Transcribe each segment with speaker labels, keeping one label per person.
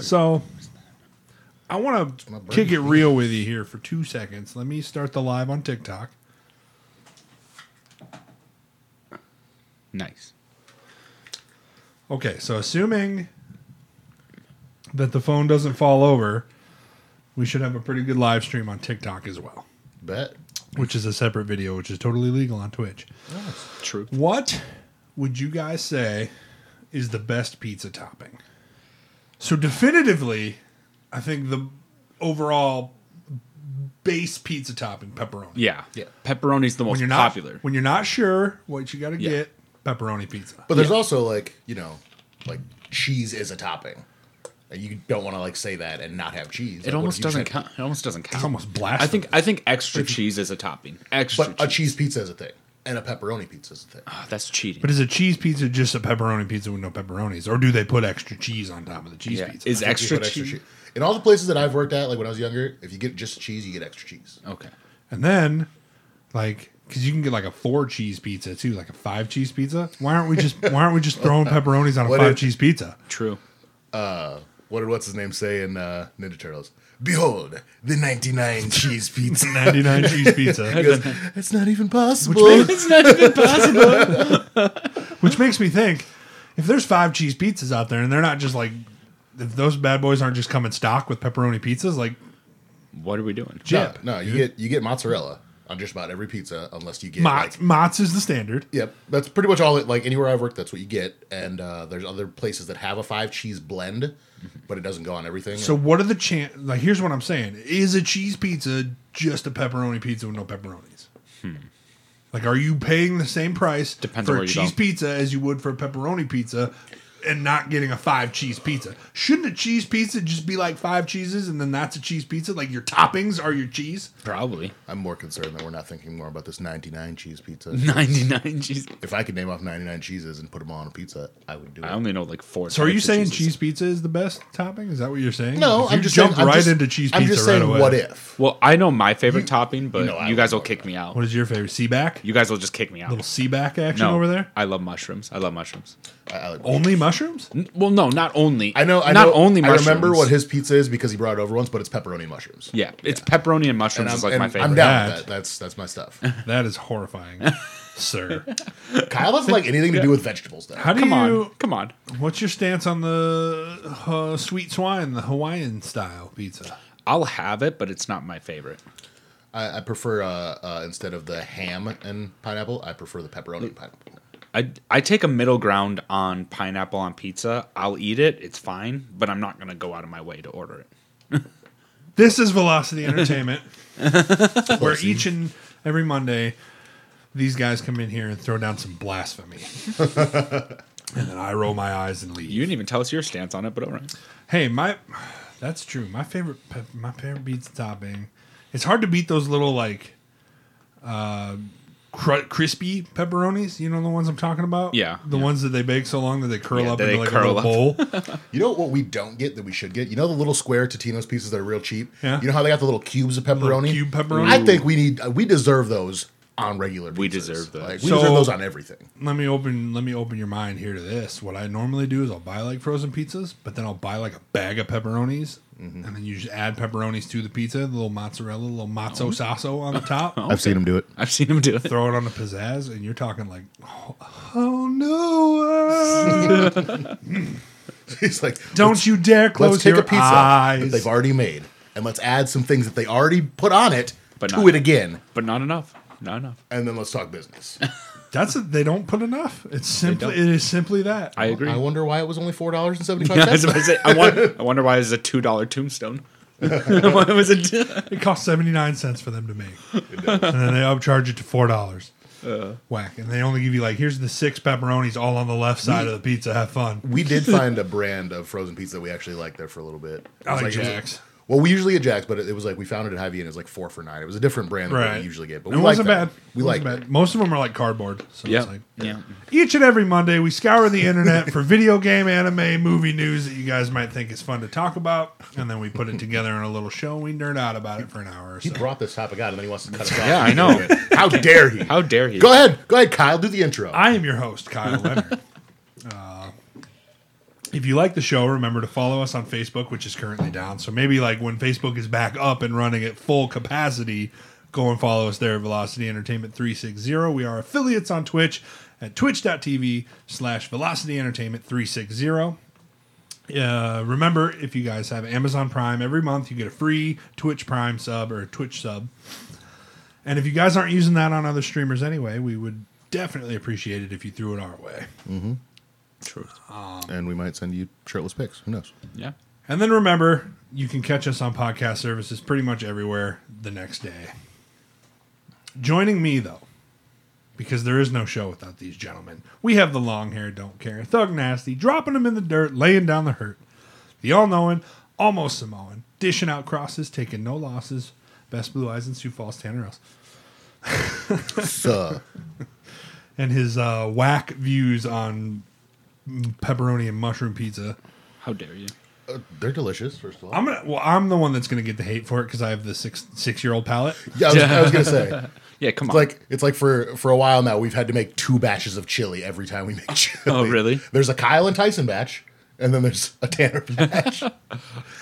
Speaker 1: So I want to kick it real with you here for two seconds. Let me start the live on TikTok.
Speaker 2: Nice.
Speaker 1: Okay, so assuming that the phone doesn't fall over, we should have a pretty good live stream on TikTok as well,
Speaker 3: Bet.
Speaker 1: which is a separate video, which is totally legal on Twitch.
Speaker 3: Oh,
Speaker 2: True.
Speaker 1: What would you guys say is the best pizza topping? So definitively, I think the overall base pizza topping pepperoni.
Speaker 2: Yeah.
Speaker 3: Yeah.
Speaker 2: Pepperoni's the most
Speaker 1: When you're not
Speaker 2: popular.
Speaker 1: when you're not sure what you got to
Speaker 2: Yeah.
Speaker 1: get, pepperoni pizza.
Speaker 3: But there's also like you know, like cheese is a topping. And You don't want to like say that and not have cheese.
Speaker 2: it almost doesn't count. It almost doesn't count.
Speaker 1: It's almost
Speaker 2: I
Speaker 1: blasphemous.
Speaker 2: think I think extra cheese is a topping. Extra
Speaker 3: But a
Speaker 2: cheese.
Speaker 3: cheese pizza is a thing, and a pepperoni pizza is a thing.
Speaker 2: Oh, that's cheating.
Speaker 1: But is a cheese pizza just a pepperoni pizza with no pepperonis, or do they put extra cheese on top of the cheese
Speaker 2: yeah.
Speaker 1: pizza?
Speaker 2: Is
Speaker 3: If you
Speaker 2: extra
Speaker 3: put
Speaker 2: cheese?
Speaker 3: chee- In all the places that I've worked at, like when I was younger, if you get just cheese, you get extra cheese.
Speaker 2: Okay.
Speaker 1: and then, like, because you can get like a four cheese pizza too, like a five cheese pizza. Why aren't we just Why aren't we just throwing pepperonis on a
Speaker 3: What
Speaker 1: five
Speaker 3: if-
Speaker 1: cheese pizza?
Speaker 2: True.
Speaker 3: What did what's his name say in uh, Ninja Turtles? Behold the ninety nine cheese pizza.
Speaker 1: Ninety nine cheese pizza,
Speaker 3: He goes, That's not even possible.
Speaker 2: It's not even possible.
Speaker 1: which makes me think if there's five cheese pizzas out there and they're not just like if those bad boys aren't just coming stock with pepperoni pizzas, like
Speaker 2: what are we doing?
Speaker 3: no,
Speaker 1: Jip,
Speaker 3: no, you get you get mozzarella on just about every pizza, unless you get
Speaker 1: Mott's,
Speaker 3: like
Speaker 1: Mott's is the standard.
Speaker 3: Yep, that's pretty much all. It, like anywhere I've worked, that's what you get. And uh, there's other places that have a five cheese blend, but it doesn't go on everything.
Speaker 1: Mm-hmm. So what are the chan Like, here's what I'm saying: Is a cheese pizza just a pepperoni pizza with no pepperonis?
Speaker 3: Hmm.
Speaker 1: Like, are you paying the same price
Speaker 2: Depends on
Speaker 1: for
Speaker 2: where
Speaker 1: a
Speaker 2: you
Speaker 1: cheese
Speaker 2: go.
Speaker 1: pizza as you would for a pepperoni pizza, and not getting a five cheese pizza? Shouldn't a cheese pizza just be like five cheeses, and then that's a cheese pizza? Like your toppings are your cheese.
Speaker 2: Probably.
Speaker 3: I'm more concerned that we're not thinking more about this 99 cheese pizza.
Speaker 2: 99 cheese.
Speaker 3: If I could name off 99 cheeses and put them all on a pizza, I would do it.
Speaker 2: I only know like four.
Speaker 1: So are you
Speaker 2: types of
Speaker 1: saying
Speaker 2: cheeses.
Speaker 1: cheese pizza is the best topping? Is that what you're saying?
Speaker 3: no,
Speaker 1: Because you
Speaker 3: I'm just
Speaker 1: jump
Speaker 3: saying,
Speaker 1: right
Speaker 3: I'm just,
Speaker 1: into cheese pizza
Speaker 3: I'm just
Speaker 1: right
Speaker 3: saying,
Speaker 1: away.
Speaker 3: what if?
Speaker 2: Well, I know my favorite topping, but you,
Speaker 3: know I
Speaker 2: guys will
Speaker 3: love
Speaker 2: kick me out.
Speaker 1: What is your favorite? Sea back?
Speaker 2: You guys will just kick me out.
Speaker 1: Little sea back action
Speaker 2: no,
Speaker 1: over there.
Speaker 2: I love mushrooms. I love mushrooms.
Speaker 3: I, I, would-
Speaker 1: Only mushrooms?
Speaker 2: N- Well, no, not only.
Speaker 3: I know. I
Speaker 2: not
Speaker 3: know,
Speaker 2: only.
Speaker 3: I
Speaker 2: Mushrooms.
Speaker 3: remember what his pizza is because he brought it over once, but it's pepperoni and mushrooms.
Speaker 2: Yeah, it's pepperoni and mushrooms
Speaker 3: and I'm,
Speaker 2: is like
Speaker 3: and
Speaker 2: my favorite.
Speaker 3: I'm down with
Speaker 1: That-
Speaker 3: that. That's that's my stuff.
Speaker 1: That is horrifying, sir.
Speaker 3: Kyle doesn't like anything to do with vegetables, though.
Speaker 1: How do
Speaker 2: Come
Speaker 1: you?
Speaker 2: on, come on.
Speaker 1: What's your stance on the uh, sweet swine, the Hawaiian style pizza?
Speaker 2: I'll have it, but it's not my favorite.
Speaker 3: I, I prefer uh, uh, instead of the ham and pineapple, I prefer the pepperoni
Speaker 1: Mm.
Speaker 3: and pineapple.
Speaker 2: I I take a middle ground on pineapple on pizza. I'll eat it. It's fine, but I'm not gonna go out of my way to order it.
Speaker 1: This is Velocity Entertainment, where each and every Monday, these guys come in here and throw down some blasphemy, and then I roll my eyes and leave.
Speaker 2: You didn't even tell us your stance on it, but all right.
Speaker 1: hey, my that's true. My favorite, pep- my favorite pizza topping. It's hard to beat those little like, uh, cr- crispy pepperonis. You know the ones I'm talking about.
Speaker 2: Yeah.
Speaker 1: the ones that they bake so long that they curl
Speaker 2: Yeah,
Speaker 1: up
Speaker 2: that
Speaker 1: into like
Speaker 2: they
Speaker 1: a
Speaker 2: curl up.
Speaker 1: little bowl.
Speaker 3: You know what we don't get that we should get? You know the little square Totino's pieces that are real cheap.
Speaker 1: Yeah.
Speaker 3: You know how they got the little cubes of pepperoni.
Speaker 1: cube pepperoni?
Speaker 3: I think we need uh, we deserve those on regular.
Speaker 2: We
Speaker 3: pizzas.
Speaker 2: deserve those.
Speaker 3: Like, we
Speaker 1: So-
Speaker 3: deserve those on everything.
Speaker 1: let me open let me open your mind here to this. What I normally do is I'll buy like frozen pizzas, but then I'll buy like a bag of pepperonis,
Speaker 2: Mm-hmm.
Speaker 1: and then you just add pepperonis to the pizza, the little mozzarella, the little mozzo
Speaker 2: Oh.
Speaker 1: sasso on the top.
Speaker 3: I've seen them do it.
Speaker 2: I've seen him do it.
Speaker 1: Throw it on the pizzazz, and you're talking like, oh, oh no! uh,
Speaker 3: He's like,
Speaker 1: Don't you dare
Speaker 3: let's,
Speaker 1: close
Speaker 3: let's take
Speaker 1: your
Speaker 3: a pizza that
Speaker 1: eyes.
Speaker 3: they've already made and let's add some things that they already put on it
Speaker 2: But
Speaker 3: to
Speaker 2: not-
Speaker 3: it again,
Speaker 2: But not enough. Not enough.
Speaker 3: and then let's talk business.
Speaker 1: That's a, they don't put enough. It's simply
Speaker 2: don't.
Speaker 1: it is simply that.
Speaker 2: I agree.
Speaker 3: I wonder why it was only four dollars and seventy
Speaker 2: Yeah,
Speaker 3: five
Speaker 2: I was about
Speaker 3: cents.
Speaker 2: to say, I, wonder, I wonder why it's a two dollar tombstone. why was it?
Speaker 1: It cost seventy nine cents for them to make, and then they upcharge it to four dollars.
Speaker 3: Uh.
Speaker 1: Whack, and they only give you like here's the six pepperonis all on the left side of the pizza. Have fun.
Speaker 3: We did find a brand of frozen pizza that we actually liked there for a little bit. It
Speaker 1: I
Speaker 3: was
Speaker 1: like
Speaker 3: it was-
Speaker 1: Jack's.
Speaker 3: well, we usually get Jack's, but it, it was like we found it at Hy-Vee and it was like four for nine. It was a different brand than
Speaker 1: Right,
Speaker 3: we usually get, but
Speaker 1: it
Speaker 3: we
Speaker 1: wasn't
Speaker 3: liked that
Speaker 1: bad.
Speaker 3: one. We
Speaker 1: It
Speaker 3: like
Speaker 1: wasn't
Speaker 3: that.
Speaker 1: bad. Most of them are like cardboard, so
Speaker 2: Yeah,
Speaker 1: it's like
Speaker 2: yeah.
Speaker 1: each and every Monday we scour the internet for video game, anime, movie news that you guys might think is fun to talk about, and then we put it together in a little show. and We nerd out about it for an hour or so.
Speaker 3: He brought this topic out and then he wants to cut us off.
Speaker 2: Yeah, I know.
Speaker 3: How dare he?
Speaker 2: How dare he?
Speaker 3: Go ahead. Go ahead, Kyle. Do the intro.
Speaker 1: I am your host, Kyle Leonard. Uh, If you like the show, remember to follow us on Facebook, which is currently down. So maybe like when Facebook is back up and running at full capacity, go and follow us there at Velocity Entertainment 360. We are affiliates on Twitch at twitch.tv slash velocity entertainment 360. Uh, remember, if you guys have Amazon Prime, every month you get a free Twitch Prime sub or a Twitch sub. And if you guys aren't using that on other streamers anyway, we would definitely appreciate it if you threw it our way.
Speaker 2: Truth.
Speaker 3: and we might send you shirtless pics. Who knows?
Speaker 2: Yeah.
Speaker 1: And then remember, you can catch us on podcast services pretty much everywhere the next day. Joining me, though, because there is no show without these gentlemen, we have the long hair, don't care, thug nasty, dropping them in the dirt, laying down the hurt. The all knowing, almost Samoan, dishing out crosses, taking no losses, best blue eyes in Sioux Falls, Tanner Else.
Speaker 3: Suh.
Speaker 1: And his uh, whack views on mm, pepperoni and mushroom pizza.
Speaker 2: How dare you?
Speaker 3: Uh, they're delicious, first of all.
Speaker 1: I'm gonna. Well, I'm the one that's gonna get the hate for it because I have the six six year old palate.
Speaker 3: yeah, I was, I was gonna say.
Speaker 2: Yeah, come
Speaker 3: It's
Speaker 2: on.
Speaker 3: like it's like for for a while now we've had to make two batches of chili every time we make chili.
Speaker 2: Oh, really?
Speaker 3: There's a Kyle and Tyson batch, and then there's a Tanner batch. I,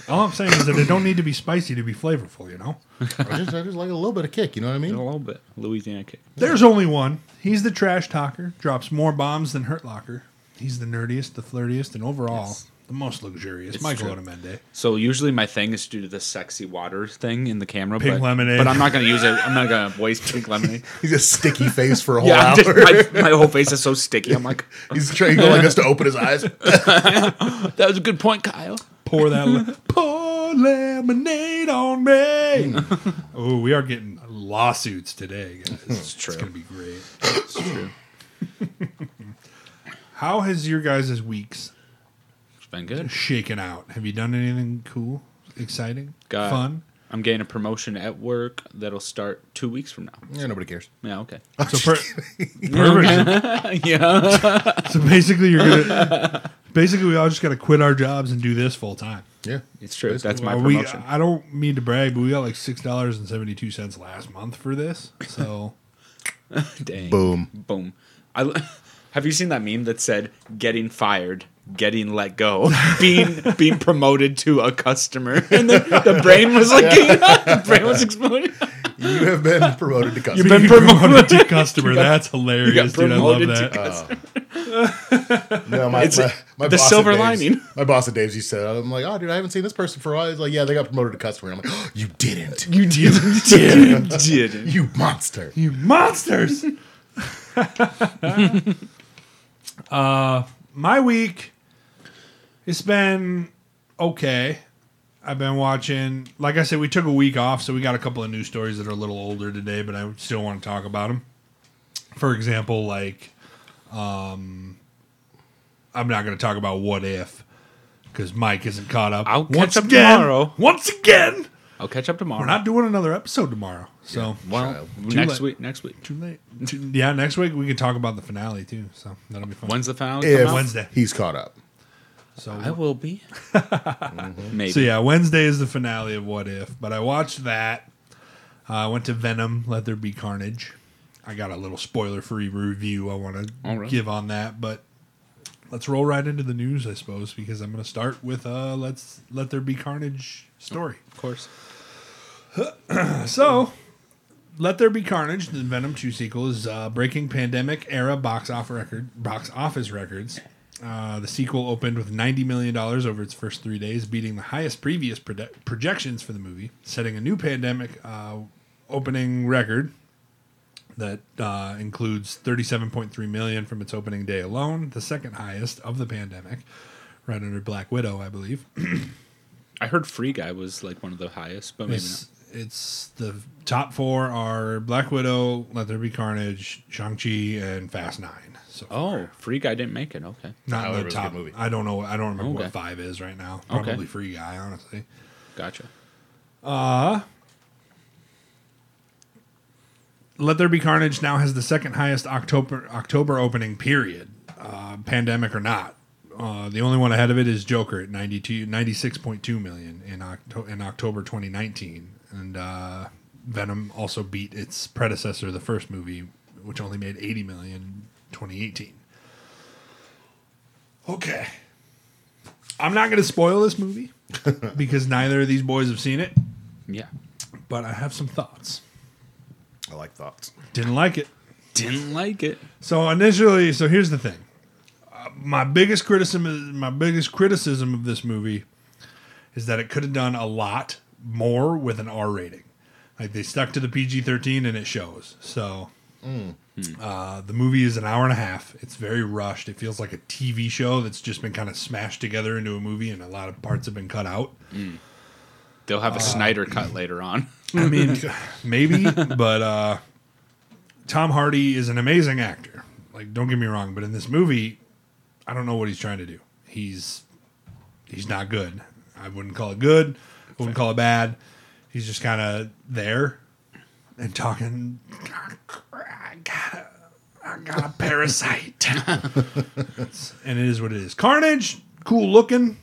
Speaker 1: All I'm saying is that it don't need to be spicy to be flavorful, you know?
Speaker 3: just, I just like a little bit of kick. You know what I
Speaker 2: a
Speaker 3: mean?
Speaker 2: little bit. Louisiana kick.
Speaker 1: There's only one. He's the trash talker, drops more bombs than Hurt Locker. He's the nerdiest, the flirtiest, and overall, the most luxurious.
Speaker 2: It's
Speaker 1: Michael
Speaker 2: true.
Speaker 1: Otamende.
Speaker 2: So usually my thing is due to the sexy water thing in the camera.
Speaker 1: Pink
Speaker 2: but,
Speaker 1: lemonade.
Speaker 2: But I'm not gonna use it. I'm not gonna waste pink lemonade.
Speaker 3: He's a sticky face for a whole
Speaker 2: yeah,
Speaker 3: hour.
Speaker 2: I'm just, my, my whole face is so sticky. I'm like,
Speaker 3: He's trying to like us to open his eyes.
Speaker 2: that was a good point, Kyle.
Speaker 1: Pour that le- pour lemonade on me. oh, we are getting lawsuits today, guys. It's
Speaker 2: true.
Speaker 1: It's gonna be great. It's true. How has your guys' weeks
Speaker 2: It's been good.
Speaker 1: shaken out? Have you done anything cool, exciting,
Speaker 2: Got-
Speaker 1: fun?
Speaker 2: I'm getting a promotion at work that'll start two weeks from now.
Speaker 3: yeah, nobody cares.
Speaker 2: Yeah, okay.
Speaker 1: So per- perfect.
Speaker 2: yeah.
Speaker 1: So basically, you're gonna basically we all just gotta quit our jobs and do this full time.
Speaker 3: Yeah,
Speaker 2: It's true.
Speaker 3: Basically.
Speaker 2: That's my
Speaker 1: Well, we,
Speaker 2: promotion.
Speaker 1: I don't mean to brag, but we got like six dollars and seventy two cents last month for this. So
Speaker 2: Dang.
Speaker 3: boom.
Speaker 2: Boom. I, have you seen that meme that said getting fired, getting let go, being being promoted to a customer? And the, the brain was like, the brain was exploding.
Speaker 3: You have been promoted to customer.
Speaker 2: You've been
Speaker 1: You
Speaker 2: promoted.
Speaker 1: to customer. that's
Speaker 2: got
Speaker 1: hilarious, dude. I love
Speaker 2: promoted
Speaker 1: that.
Speaker 2: to
Speaker 3: Uh, No, my,
Speaker 2: It's
Speaker 3: my, my
Speaker 2: the
Speaker 3: boss at
Speaker 2: silver
Speaker 3: Dave's-
Speaker 2: lining.
Speaker 3: My boss at Dave's used to. I'm like, oh, dude, I haven't seen this person for a while. He's like, yeah, they got promoted to customer. And I'm like, oh, you didn't,
Speaker 2: You didn't. didn't. didn't.
Speaker 3: you monster.
Speaker 1: You monsters. uh, Uh, my week, it's been okay. I've been watching, like I said, we took a week off, so we got a couple of news stories that are a little older today, but I still want to talk about them. For example, like, um, I'm not going to talk about what if because Mike isn't caught up.
Speaker 2: I'll catch up
Speaker 1: again,
Speaker 2: tomorrow.
Speaker 1: Once again,
Speaker 2: I'll catch up tomorrow.
Speaker 1: we're not doing another episode tomorrow, so
Speaker 2: well,
Speaker 3: Child.
Speaker 2: next
Speaker 1: late.
Speaker 2: week. Next week.
Speaker 1: too late. Yeah, next week we can talk about the finale too, so that'll be fun.
Speaker 2: When's the finale?
Speaker 3: If
Speaker 2: come out?
Speaker 1: Wednesday.
Speaker 3: he's caught up.
Speaker 2: I
Speaker 1: So,
Speaker 2: will be. Maybe.
Speaker 1: so yeah, Wednesday is the finale of What If. But I watched that. Uh, I went to Venom. Let there be carnage. I got a little spoiler-free review I want
Speaker 2: All
Speaker 1: to
Speaker 2: right.
Speaker 1: give on that, but let's roll right into the news, I suppose, because I'm going to start with uh, let's let there be carnage story.
Speaker 2: Of course.
Speaker 1: So, Let There Be Carnage, the Venom 2 sequel, is uh, breaking pandemic era box off record box office records. Uh, the sequel opened with $90 million over its first three days, beating the highest previous prode- projections for the movie, setting a new pandemic uh, opening record that uh, includes 37.3 million from its opening day alone, the second highest of the pandemic, right under Black Widow, I believe.
Speaker 2: I heard Free Guy was like one of the highest, but maybe
Speaker 1: It's, it's the top four are Black Widow, Let There Be Carnage, Shang Chi, and Fast Nine. So
Speaker 2: not. Oh, Free Guy didn't make it. Okay.
Speaker 1: not
Speaker 3: However, it
Speaker 1: the
Speaker 3: was a good
Speaker 1: top
Speaker 3: movie.
Speaker 1: I don't know. I don't remember what
Speaker 2: Okay.
Speaker 1: five is right now.
Speaker 2: Okay.
Speaker 1: Probably Free Guy, honestly.
Speaker 2: Gotcha.
Speaker 1: Let There Be Carnage now has the second highest October October opening period, uh, pandemic or not. Uh, the only one ahead of it is Joker at 92, 96.2 million in, Octo- in October 2019. And uh, Venom also beat its predecessor, the first movie, which only made 80 million in 2018. Okay. I'm not going to spoil this movie because neither of these boys have seen it,
Speaker 2: Yeah.
Speaker 1: but I have some thoughts.
Speaker 3: I like thoughts.
Speaker 1: Didn't like it.
Speaker 2: Didn't like it.
Speaker 1: So initially, so here's the thing. Uh, my biggest criticism, my biggest criticism of this movie, is that it could have done a lot more with an R rating. Like they stuck to the PG-13, and it shows. So uh, the movie is an hour and a half. It's very rushed. It feels like a TV show that's just been kind of smashed together into a movie, and a lot of parts have been cut out.
Speaker 2: They'll have a
Speaker 1: Ah.
Speaker 2: Snyder cut later on.
Speaker 1: I mean, maybe, but uh, Tom Hardy is an amazing actor. Like, don't get me wrong, but in this movie, I don't know what he's trying to do. He's he's not good. I wouldn't call it good. I wouldn't call it bad. He's just kind of there and talking. I got a, I got a parasite, It's- and it is what it is. Carnage, cool looking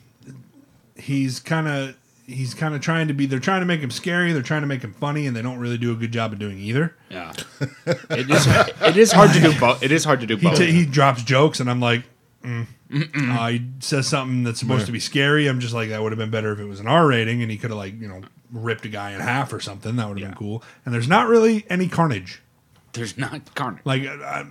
Speaker 1: he's kind of he's kind of trying to be they're trying to make him scary they're trying to make him funny and they don't really do a good job of doing either
Speaker 2: Yeah. It is it is hard to do both. It is hard to do
Speaker 1: he,
Speaker 2: both.
Speaker 1: t- he drops jokes and i'm like mm. uh, he says something that's supposed to be scary i'm just like that would have been better if it was an r rating and he could have like you know ripped a guy in half or something that would have
Speaker 2: Yeah.
Speaker 1: been cool and there's not really any carnage
Speaker 2: There's not carnage.
Speaker 1: like I, I,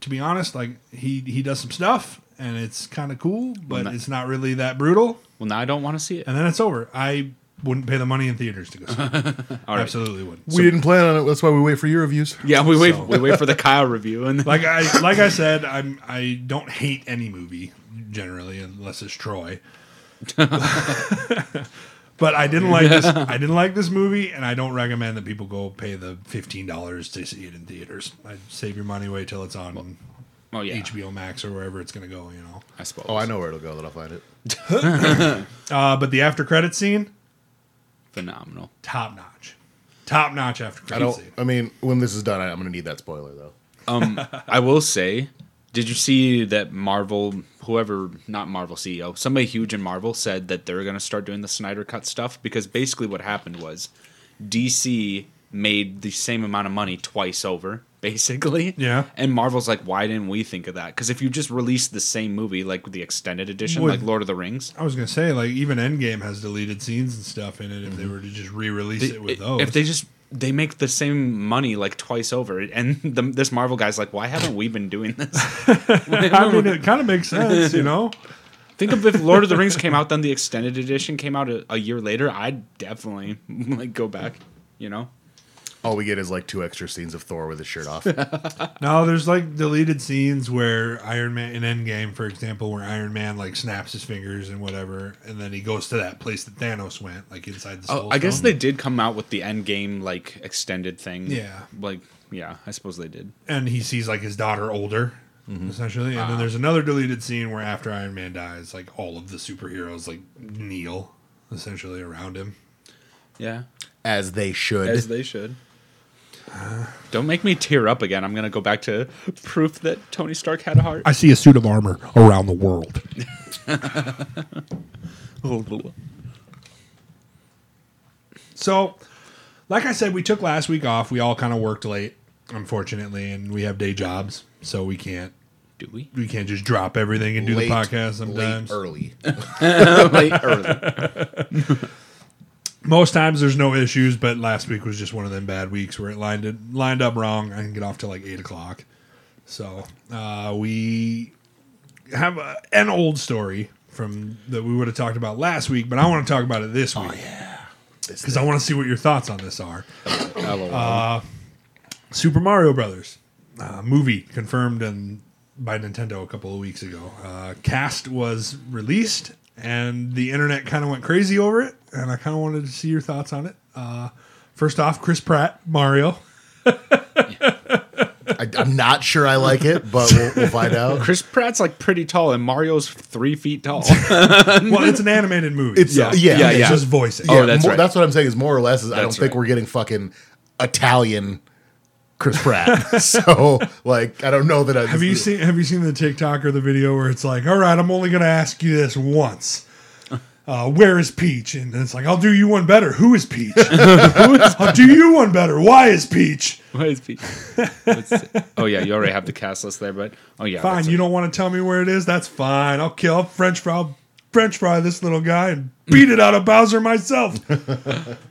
Speaker 1: to be honest like he he does some stuff and it's kind of cool but
Speaker 2: that-
Speaker 1: it's not really that brutal
Speaker 2: Well, now I don't want to see it.
Speaker 1: and then it's over i wouldn't pay the money in theaters to go see it.
Speaker 2: All right.
Speaker 1: absolutely wouldn't
Speaker 3: we didn't plan on it. That's why we wait for your reviews.
Speaker 2: Yeah, we wait.
Speaker 1: So-
Speaker 2: We wait for the Kyle review, and
Speaker 1: like I like I said, I'm I don't hate any movie generally unless it's Troy. but I didn't like this. I didn't like this movie, and I don't recommend that people go pay the fifteen dollars to see it in theaters. I'd save your money, wait till it's on
Speaker 2: oh yeah,
Speaker 1: HBO Max or wherever it's going to go. You know.
Speaker 2: I suppose.
Speaker 3: Oh, I know where it'll go. That I'll find it.
Speaker 1: Uh, but the after credit scene,
Speaker 2: Phenomenal.
Speaker 1: top notch, top notch after
Speaker 3: I
Speaker 1: credit
Speaker 3: don't.
Speaker 1: scene.
Speaker 3: I mean, when this is done, I, I'm gonna need that spoiler though.
Speaker 2: Um, I will say, did you see that Marvel, whoever, not Marvel CEO, somebody huge in Marvel said that they're going to start doing the Snyder Cut stuff because basically what happened was DC made the same amount of money twice over, basically.
Speaker 1: Yeah.
Speaker 2: And Marvel's like, why didn't we think of that? Because if you just release the same movie, like with the extended edition,
Speaker 1: Would-
Speaker 2: like Lord of the Rings.
Speaker 1: I was gonna say, like, even Endgame has deleted scenes and stuff in it. If they were to just re-release it with those,
Speaker 2: If Mm-hmm. they just they make the same money like twice over, and the, this Marvel guy's like, "Why haven't we been doing this?"
Speaker 1: I mean, it kind of makes sense, you know.
Speaker 2: Think of if Lord of the Rings came out, then the extended edition came out a, a year later. I'd definitely like go back. You know,
Speaker 3: All we get is like two extra scenes of Thor with his shirt off. yeah,
Speaker 1: No, there's like deleted scenes where Iron Man in Endgame, for example, where Iron Man like snaps his fingers and whatever, and then he goes to that place that Thanos went, like inside the.
Speaker 2: oh,
Speaker 1: Soul
Speaker 2: I guess
Speaker 1: Stone.
Speaker 2: they did come out with the end game like extended thing.
Speaker 1: Yeah.
Speaker 2: like yeah, I suppose they Mm-hmm. did.
Speaker 1: And he sees like his daughter older, essentially, and then there's another deleted scene where after Iron Man dies, like all of the superheroes like kneel essentially around him.
Speaker 2: Yeah,
Speaker 3: as they should.
Speaker 2: as they should. Don't make me tear up again. I'm gonna go back to proof that Tony Stark had a heart.
Speaker 1: I see a suit of armor around the world. So, like I said, we took last week off. We all kind of worked late, unfortunately, and we have day jobs, so we can't
Speaker 2: Do we?
Speaker 1: we can't just drop everything and do the podcast sometimes.
Speaker 3: early.
Speaker 2: Late early.
Speaker 1: Most times there's no issues, but last week was just one of them bad weeks where it lined it lined up wrong. I can get off till like eight o'clock. So uh, we have a, an old story from that we would have talked about last week, but I want to talk about it this week. Because I want to see what your thoughts on this are.
Speaker 2: LOL.
Speaker 3: Uh,
Speaker 1: Super Mario Brothers uh, movie confirmed and by Nintendo a couple of weeks ago. Uh, cast was released, and the internet kind of went crazy over it. And I kind of wanted to see your thoughts on it. Uh, first off, Chris Pratt Mario.
Speaker 3: I, I'm not sure I like it, but we'll, we'll find out.
Speaker 2: Chris Pratt's like pretty tall, and Mario's three feet tall.
Speaker 1: Well, it's an animated movie.
Speaker 3: It's yeah, yeah,
Speaker 2: yeah,
Speaker 1: it's
Speaker 2: yeah.
Speaker 1: just voicing.
Speaker 2: Oh, that's
Speaker 3: more-
Speaker 2: right.
Speaker 3: That's what I'm saying. Is more or less. Is I don't
Speaker 2: That's
Speaker 3: think
Speaker 2: right.
Speaker 3: we're getting fucking Italian Chris Pratt. so like, I don't know that. I,
Speaker 1: Have you seen Have you seen the TikTok or the video where it's like, "All right, I'm only going to ask you this once." Uh, where is Peach? And it's like, I'll do you one better. Who is Peach? I'll do you one better. Why is Peach?
Speaker 2: Why is Pete? Let's see. Oh yeah, you already have the cast list there, but oh yeah,
Speaker 1: Fine,
Speaker 2: that's
Speaker 1: you don't want to tell me where it is. That's fine. I'll kill I'll French fry. I'll French fry this little guy and beat it out of Bowser myself.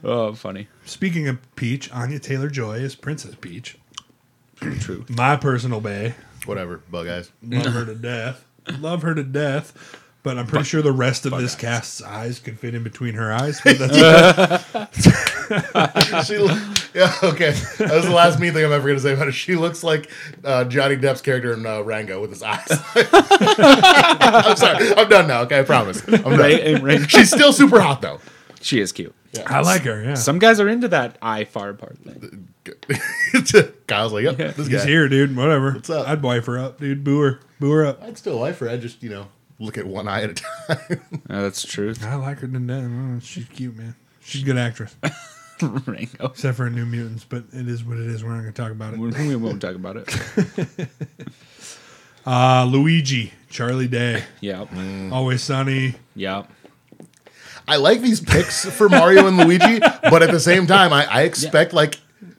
Speaker 2: Oh, funny.
Speaker 1: Speaking of Peach, Anya Taylor Joy is Princess Peach.
Speaker 2: True.
Speaker 1: My personal bay.
Speaker 3: Whatever, bug eyes.
Speaker 1: Love her to death. Love her to death. But I'm pretty sure the rest of this cast's eyes could fit in between her eyes. But that's
Speaker 3: she, yeah, okay. That was the last mean thing I'm ever going to say about her. She looks like uh, Johnny Depp's character in uh, Rango with his eyes. I'm sorry. I'm done now. Okay, I promise. I'm done.
Speaker 2: Right, and right.
Speaker 3: She's still super hot though.
Speaker 2: She is cute.
Speaker 1: I like her. Yeah,
Speaker 2: Some guys are into that eye far apart thing.
Speaker 3: Kyle's like, yep,
Speaker 2: Yeah.
Speaker 3: this
Speaker 1: he's
Speaker 3: guy.
Speaker 1: here, dude. Whatever.
Speaker 3: What's up?
Speaker 1: I'd wife her up, dude. Boo her. Boo her up.
Speaker 3: I'd still like her. I just, you know, look at one eye at a time.
Speaker 2: Uh, that's true.
Speaker 1: I like her to death. Mm, She's cute, man. She's a good actress,
Speaker 2: Rango.
Speaker 1: except for New Mutants. But it is what it is. We're not going to talk about it.
Speaker 2: We we won't talk about it.
Speaker 1: Uh, Luigi, Charlie Day,
Speaker 2: Yeah.
Speaker 1: Always Sunny.
Speaker 2: Yeah.
Speaker 3: I like these picks for Mario and Luigi, but at the same time, I, I expect like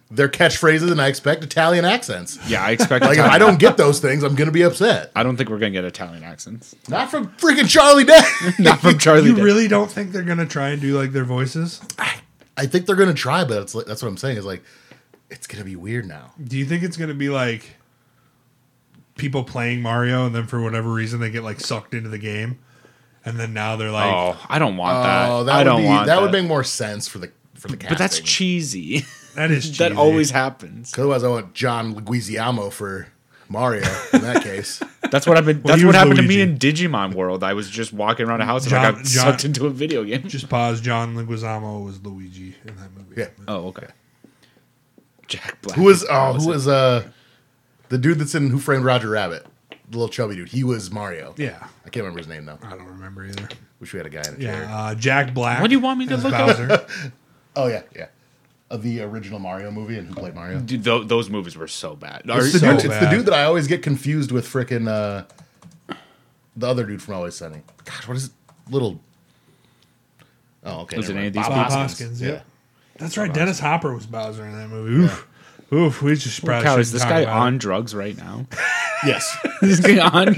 Speaker 3: their catchphrases and I expect Italian accents.
Speaker 2: Yeah, I expect
Speaker 3: Like if
Speaker 2: Italian-
Speaker 3: I don't get those things, I'm gonna be upset.
Speaker 2: I don't think we're gonna get Italian accents.
Speaker 3: Not from freaking Charlie Day.
Speaker 2: Not from Charlie.
Speaker 1: You
Speaker 2: Day.
Speaker 1: really don't think they're going to try and do like their voices?
Speaker 3: I think they're gonna try, but it's like, that's what I'm saying. Is like it's gonna be weird now.
Speaker 1: Do you think it's going to be like people playing Mario and then for whatever reason they get like sucked into the game and then now they're like
Speaker 2: Oh, I don't want that.
Speaker 3: Oh, that
Speaker 2: I
Speaker 3: would
Speaker 2: don't
Speaker 3: be,
Speaker 2: want
Speaker 3: that, would make more sense for the for the casting.
Speaker 2: But that's cheesy.
Speaker 1: that is cheesy.
Speaker 2: that always happens.
Speaker 3: otherwise I want John Leguizamo for Mario in that case.
Speaker 2: That's what I've been.
Speaker 1: he
Speaker 2: that's what
Speaker 1: was
Speaker 2: happened to me
Speaker 1: Luigi.
Speaker 2: in Digimon World. I was just walking around a house and I
Speaker 1: John-
Speaker 2: got
Speaker 1: John-
Speaker 2: sucked into a video game.
Speaker 1: just pause John Leguizamo was Luigi in that movie.
Speaker 3: Yeah.
Speaker 2: Oh, okay. Jack Black.
Speaker 3: Who was
Speaker 2: How
Speaker 3: oh who
Speaker 2: it?
Speaker 3: was uh the dude that's in Who Framed Roger Rabbit? The little chubby dude. He was Mario.
Speaker 1: Yeah.
Speaker 3: I can't remember his name though.
Speaker 1: I don't remember either.
Speaker 3: Wish we had a guy in a chair.
Speaker 1: Yeah, uh, Jack Black.
Speaker 2: What do you want me to
Speaker 1: as
Speaker 2: look up?
Speaker 1: Bowser. up?
Speaker 3: Oh yeah, yeah. Of the original Mario movie and who played Mario?
Speaker 2: Dude, tho- those movies were so bad. Are-
Speaker 3: It's the,
Speaker 1: so
Speaker 3: dude, it's the
Speaker 1: bad.
Speaker 3: dude that I always get confused with frickin' uh, the other dude from Always Sunny. God, what is it? little? Oh, okay.
Speaker 2: Was it
Speaker 3: never
Speaker 2: any of
Speaker 3: mind.
Speaker 2: these
Speaker 3: Bob
Speaker 1: Bob
Speaker 3: Hoskins.
Speaker 1: Hoskins,
Speaker 3: Yeah.
Speaker 1: yeah. That's right. Dennis Hopper was Bowser in that movie. Oof. Oof. We just probably
Speaker 2: Cow, is
Speaker 1: shouldn't
Speaker 2: this
Speaker 1: talk
Speaker 2: guy
Speaker 1: Oh, about it.
Speaker 2: on drugs right now?
Speaker 3: Yes.
Speaker 2: this guy on.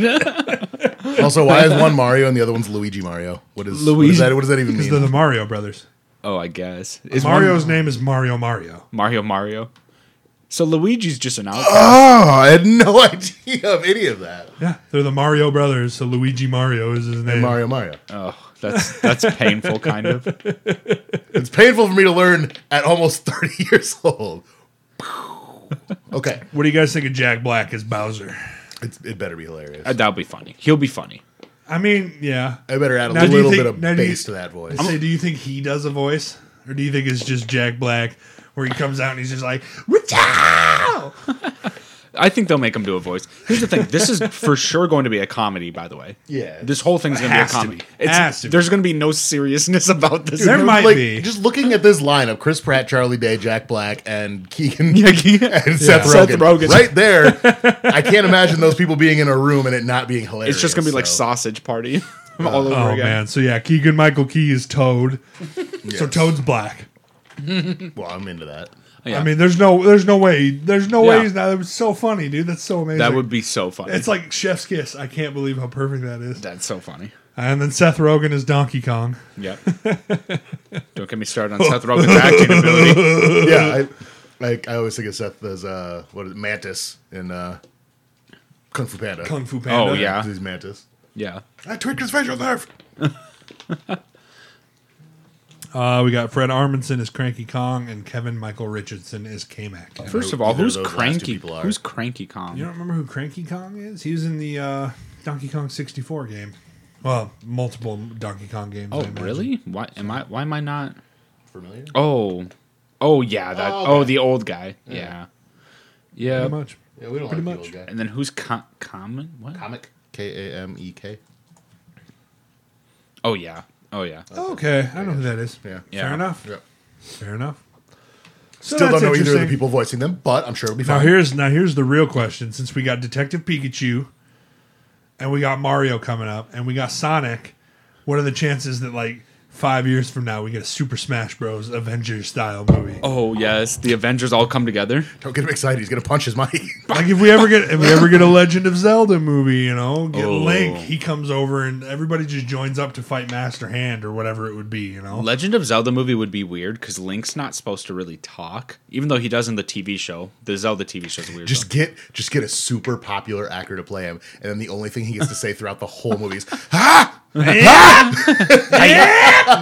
Speaker 3: also, why is one Mario and the other one's Luigi Mario? What is What
Speaker 2: Luigi-
Speaker 3: is that, what does that even
Speaker 1: Because they're
Speaker 3: mean?
Speaker 1: the Mario brothers.
Speaker 2: oh, I guess is one-
Speaker 1: Mario's name is Mario Mario.
Speaker 2: Mario Mario. So Luigi's just an outcast.
Speaker 3: Oh, I had no idea of any of that.
Speaker 1: Yeah, they're the Mario brothers. So Luigi Mario is his name.
Speaker 3: Mario Mario.
Speaker 2: Oh, that's that's painful, kind of. Uh,
Speaker 3: It's painful for me to learn at almost thirty years old. Okay,
Speaker 1: What do you guys think of Jack Black as Bowser?
Speaker 3: it's, it better be hilarious.
Speaker 2: Uh,
Speaker 3: I,
Speaker 2: That'll be funny. He'll be funny.
Speaker 1: I mean, yeah.
Speaker 3: better add a
Speaker 1: Now, do you
Speaker 3: little
Speaker 1: think-
Speaker 3: bit of
Speaker 1: now, do you-
Speaker 3: bass to that voice.
Speaker 1: I say, do you think he does a voice, or do you think it's just Jack Black, where he comes out and he's just like, "Richow!"
Speaker 2: I think they'll make him do a voice. Here's the thing: this is for sure going to be a comedy. By the way,
Speaker 3: Yeah.
Speaker 2: this whole thing's going to be a
Speaker 1: Has to
Speaker 2: comedy.
Speaker 1: be.
Speaker 2: It's,
Speaker 1: Has to be.
Speaker 2: There's going to be no seriousness about this.
Speaker 1: There
Speaker 3: Dude,
Speaker 1: might
Speaker 3: like,
Speaker 1: be.
Speaker 3: Just looking at this lineup: Chris Pratt, Charlie Day, Jack Black, and Keegan
Speaker 2: Yeah, Keegan-
Speaker 3: and
Speaker 1: Seth
Speaker 3: Seth, Rogen.
Speaker 2: Rogen.
Speaker 3: Right there, I can't imagine those people being in a room and it not being hilarious.
Speaker 2: it's just going to be like
Speaker 3: so-
Speaker 2: sausage party all over
Speaker 1: Oh
Speaker 2: again.
Speaker 1: man, so yeah, Keegan Michael Key is Toad, so
Speaker 3: Yes.
Speaker 1: Toad's black.
Speaker 3: Well, I'm into that.
Speaker 2: Yeah.
Speaker 1: I mean, there's no, there's no way, there's no
Speaker 2: Yeah.
Speaker 1: way he's not. It was so funny, dude. That's so amazing.
Speaker 2: that would be so funny.
Speaker 1: It's like Chef's Kiss. I can't believe how perfect that is.
Speaker 2: that's so funny.
Speaker 1: And then Seth Rogen is Donkey Kong.
Speaker 2: Yeah. Don't get me started on Seth Rogen's acting ability.
Speaker 3: Yeah, I, I, I always think of Seth as uh, what is it, Mantis in uh, Kung Fu Panda.
Speaker 1: Kung Fu Panda.
Speaker 2: Oh, yeah.
Speaker 3: he's Mantis.
Speaker 2: Yeah.
Speaker 3: I tweaked his facial nerve.
Speaker 1: Uh, we got Fred Armisen as Cranky Kong and Kevin Michael Richardson as K Mac. You
Speaker 2: First of all,
Speaker 3: Either of
Speaker 2: who's
Speaker 3: those last two
Speaker 2: cranky?
Speaker 3: people are.
Speaker 2: Who's cranky Kong?
Speaker 1: don't remember who Cranky Kong is? He was in the uh, Donkey Kong 64 game. Well, multiple Donkey Kong games. I
Speaker 2: oh,
Speaker 1: imagine.
Speaker 2: really? Why am I? Why am I not?
Speaker 3: Familiar?
Speaker 2: Oh, oh yeah. That.
Speaker 3: Oh,
Speaker 2: Oh,
Speaker 3: okay.
Speaker 2: the old guy. Yeah. Yeah.
Speaker 1: Pretty much.
Speaker 3: Yeah, we don't
Speaker 1: Pretty
Speaker 3: like
Speaker 1: much.
Speaker 3: the old guy.
Speaker 2: And then who's com- common? What?
Speaker 3: Comic K A M E K.
Speaker 2: Oh yeah. Oh yeah.
Speaker 1: Okay, I know who that is.
Speaker 3: Yeah.
Speaker 2: Yeah.
Speaker 1: Fair enough.
Speaker 3: Yeah.
Speaker 1: Fair enough. So
Speaker 3: Still don't
Speaker 1: that's
Speaker 3: know either of the
Speaker 1: interesting.
Speaker 3: people voicing them, but I'm sure it'll be
Speaker 1: Now
Speaker 3: fine.
Speaker 1: here's now here's the real question. Since we got Detective Pikachu, and we got Mario coming up, and we got Sonic, what are the chances that like five years from now we get a Super Smash Bros. Avengers style movie.
Speaker 2: Oh yes, the Avengers all come together.
Speaker 3: Don't get him excited. He's gonna punch his mic.
Speaker 1: Like if we ever get if we ever get a Legend of Zelda movie, you know, get
Speaker 2: Oh.
Speaker 1: Link, he comes over and everybody just joins up to fight Master Hand or whatever it would be, you know.
Speaker 2: Legend of Zelda movie would be weird because Link's not supposed to really talk, even though he does in the TV show. The Zelda TV show's weird.
Speaker 3: Just get just get a super popular actor to play him, and then the only thing he gets to say throughout the whole movie is "Ah,
Speaker 2: though.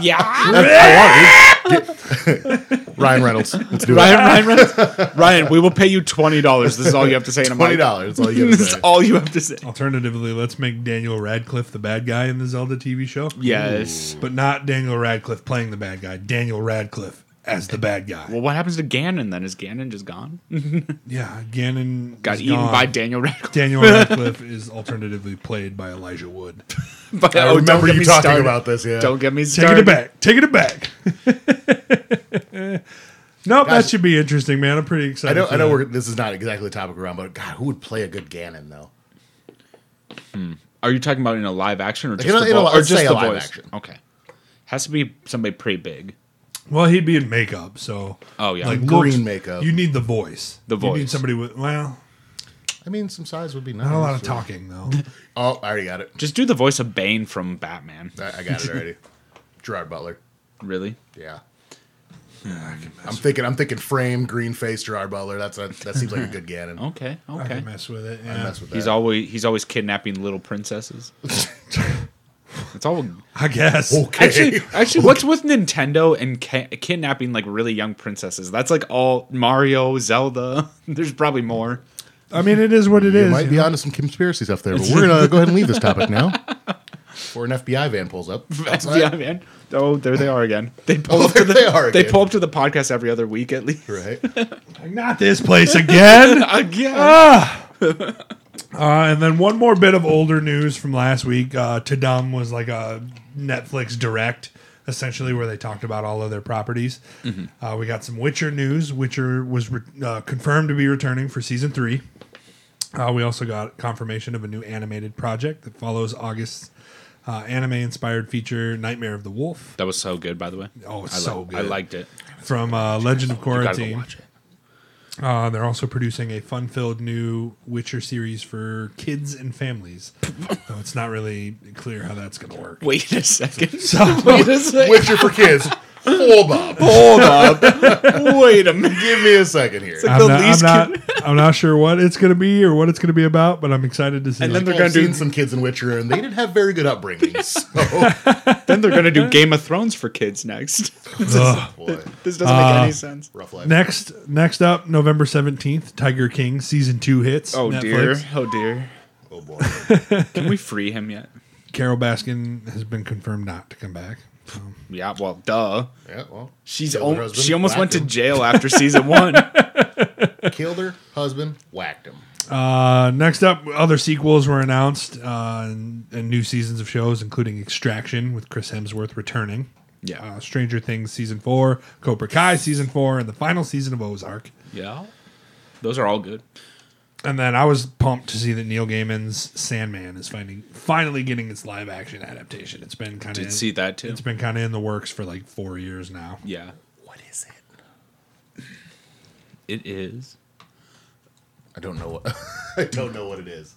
Speaker 2: yeah.
Speaker 3: I want it." Get- Ryan Reynolds. Let's do it.
Speaker 2: Ryan, Ryan, Reynolds, Ryan, we will pay you twenty dollars. This is all you have to say. in a mic.
Speaker 3: Twenty dollars. All you gotta
Speaker 2: this is
Speaker 3: say.
Speaker 2: all you have to say.
Speaker 1: Alternatively, let's make Daniel Radcliffe the bad guy in the Zelda TV show.
Speaker 2: Yes.
Speaker 1: But not Daniel Radcliffe playing the bad guy. Daniel Radcliffe as the bad guy.
Speaker 2: Well, what happens to Ganon then? Is Ganon just gone?
Speaker 1: Yeah, Ganon
Speaker 2: Got
Speaker 1: is
Speaker 2: eaten
Speaker 1: gone.
Speaker 2: by Daniel Radcliffe.
Speaker 1: Daniel Radcliffe is alternatively played by Elijah Wood.
Speaker 2: But,
Speaker 3: I
Speaker 2: oh, don't
Speaker 3: remember
Speaker 2: get
Speaker 3: you
Speaker 2: me
Speaker 3: talking
Speaker 2: started.
Speaker 3: about this. Yeah.
Speaker 2: Don't get me started.
Speaker 1: Taking it back. Taking it back. nope, that
Speaker 3: Guys-
Speaker 1: should be interesting, man. I'm pretty
Speaker 3: I
Speaker 1: excited.
Speaker 3: know.
Speaker 1: for
Speaker 3: I know.
Speaker 1: that.
Speaker 3: We're, this is not exactly the topic around, but God, who would play a good Ganon though?
Speaker 2: Are you talking about in a live action or just
Speaker 3: in a-
Speaker 2: the,
Speaker 3: in a
Speaker 2: vo-
Speaker 3: li-
Speaker 2: or
Speaker 3: let's
Speaker 2: just
Speaker 3: say
Speaker 2: the
Speaker 3: a live
Speaker 2: voice?
Speaker 3: action.
Speaker 2: Okay. Has to be somebody pretty big.
Speaker 1: Well, he'd be in makeup, so
Speaker 2: Oh, yeah.
Speaker 1: like
Speaker 3: Green
Speaker 1: looks-
Speaker 3: makeup.
Speaker 1: You need the voice.
Speaker 2: The
Speaker 1: You need
Speaker 2: voice.
Speaker 1: somebody with well,
Speaker 3: I mean, some size would be nice.
Speaker 1: not a lot of talking though.
Speaker 3: Oh, I already got it.
Speaker 2: Just do the voice of Bane from Batman.
Speaker 3: I, I got it already. Gerard Butler.
Speaker 2: Really?
Speaker 3: Yeah. I'm thinking. I'm thinking frame, green face, Gerard Butler. That's a, that seems like a good Ganon.
Speaker 2: Okay.
Speaker 1: I
Speaker 2: Okay.
Speaker 1: can mess with it.
Speaker 3: I
Speaker 1: Yeah.
Speaker 3: mess with that.
Speaker 2: Oh, He's always he's always kidnapping little princesses. It's all
Speaker 1: I guess.
Speaker 3: okay.
Speaker 2: actually actually what's with Nintendo and ca- kidnapping like really young princesses? That's like all Mario, Zelda. There's probably more.
Speaker 1: I mean, it is what it is.
Speaker 3: You might
Speaker 1: you
Speaker 3: be
Speaker 1: know?
Speaker 3: onto some conspiracy stuff there, but we're gonna go ahead and leave this topic now. Before an FBI van pulls up. Outside.
Speaker 2: yeah, man. Oh, there they are again. They pull
Speaker 3: Oh,
Speaker 2: up to
Speaker 3: there
Speaker 2: the,
Speaker 3: they are
Speaker 2: They
Speaker 3: again.
Speaker 2: pull up to the podcast every other week at least.
Speaker 3: Right.
Speaker 1: Like, Not this place again. uh,
Speaker 2: Again.
Speaker 1: and then one more bit of older news from last week. Uh, Tadam was like a Netflix direct, essentially, where they talked about all of their properties. Uh, we got some Witcher news. Witcher was re- uh, confirmed to be returning for season three. Uh, we also got confirmation of a new animated project that follows August's uh, anime-inspired feature "Nightmare of the Wolf"
Speaker 2: That was so good, by the way.
Speaker 1: Oh, it's
Speaker 2: I
Speaker 1: so
Speaker 2: liked- I
Speaker 1: good.
Speaker 2: liked it.
Speaker 1: from uh, Legend of
Speaker 2: You gotta go
Speaker 1: Quarantine.
Speaker 2: watch it.
Speaker 1: Uh, they're also producing a fun-filled new Witcher series for kids and families. Though it's not really clear how that's going to work.
Speaker 2: Wait a second.
Speaker 1: So,
Speaker 2: Wait a second.
Speaker 3: Witcher for kids. Hold up.
Speaker 2: Hold up. Wait a minute.
Speaker 3: Give me a second here.
Speaker 2: like-
Speaker 1: I'm
Speaker 2: The
Speaker 1: not, I'm
Speaker 2: least
Speaker 1: not, I'm not sure what it's going to be or what it's going to be about, but I'm excited to see.
Speaker 2: And
Speaker 1: it.
Speaker 2: then they're
Speaker 3: I've
Speaker 2: gonna do-
Speaker 3: seen some kids in Witcher, and they didn't have very good upbringings. So,
Speaker 2: Then they're gonna do Game of Thrones for kids next.
Speaker 1: Ugh.
Speaker 3: boy,
Speaker 2: This doesn't make any sense.
Speaker 3: rough life.
Speaker 1: next, next up, November seventeenth, Tiger King season two hits.
Speaker 2: Oh
Speaker 1: Netflix.
Speaker 2: dear. Oh dear.
Speaker 3: Oh boy.
Speaker 2: Can we free him yet?
Speaker 1: Carol Baskin has been confirmed not to come back. Um,
Speaker 2: Yeah. Well, duh.
Speaker 3: Yeah. Well,
Speaker 2: She's
Speaker 3: killed her
Speaker 2: al-
Speaker 3: husband,
Speaker 2: she almost went
Speaker 3: whacked
Speaker 2: to
Speaker 3: him.
Speaker 2: jail after season one.
Speaker 3: killed her husband, whacked him.
Speaker 1: Uh, next up, other sequels were announced uh, and, and new seasons of shows, including Extraction with Chris Hemsworth returning.
Speaker 2: Yeah.
Speaker 1: Uh, Stranger Things season four, Cobra Kai season four, and the final season of Ozark.
Speaker 2: yeah. Those are all good.
Speaker 1: And then I was pumped to see that Neil Gaiman's Sandman is finding finally getting its live action adaptation. It's been kind
Speaker 2: Did
Speaker 1: of
Speaker 2: see that too.
Speaker 1: it's been kind of in the works for like four years now.
Speaker 2: Yeah.
Speaker 3: What is it?
Speaker 2: It is.
Speaker 3: I don't know what. I don't know what it is.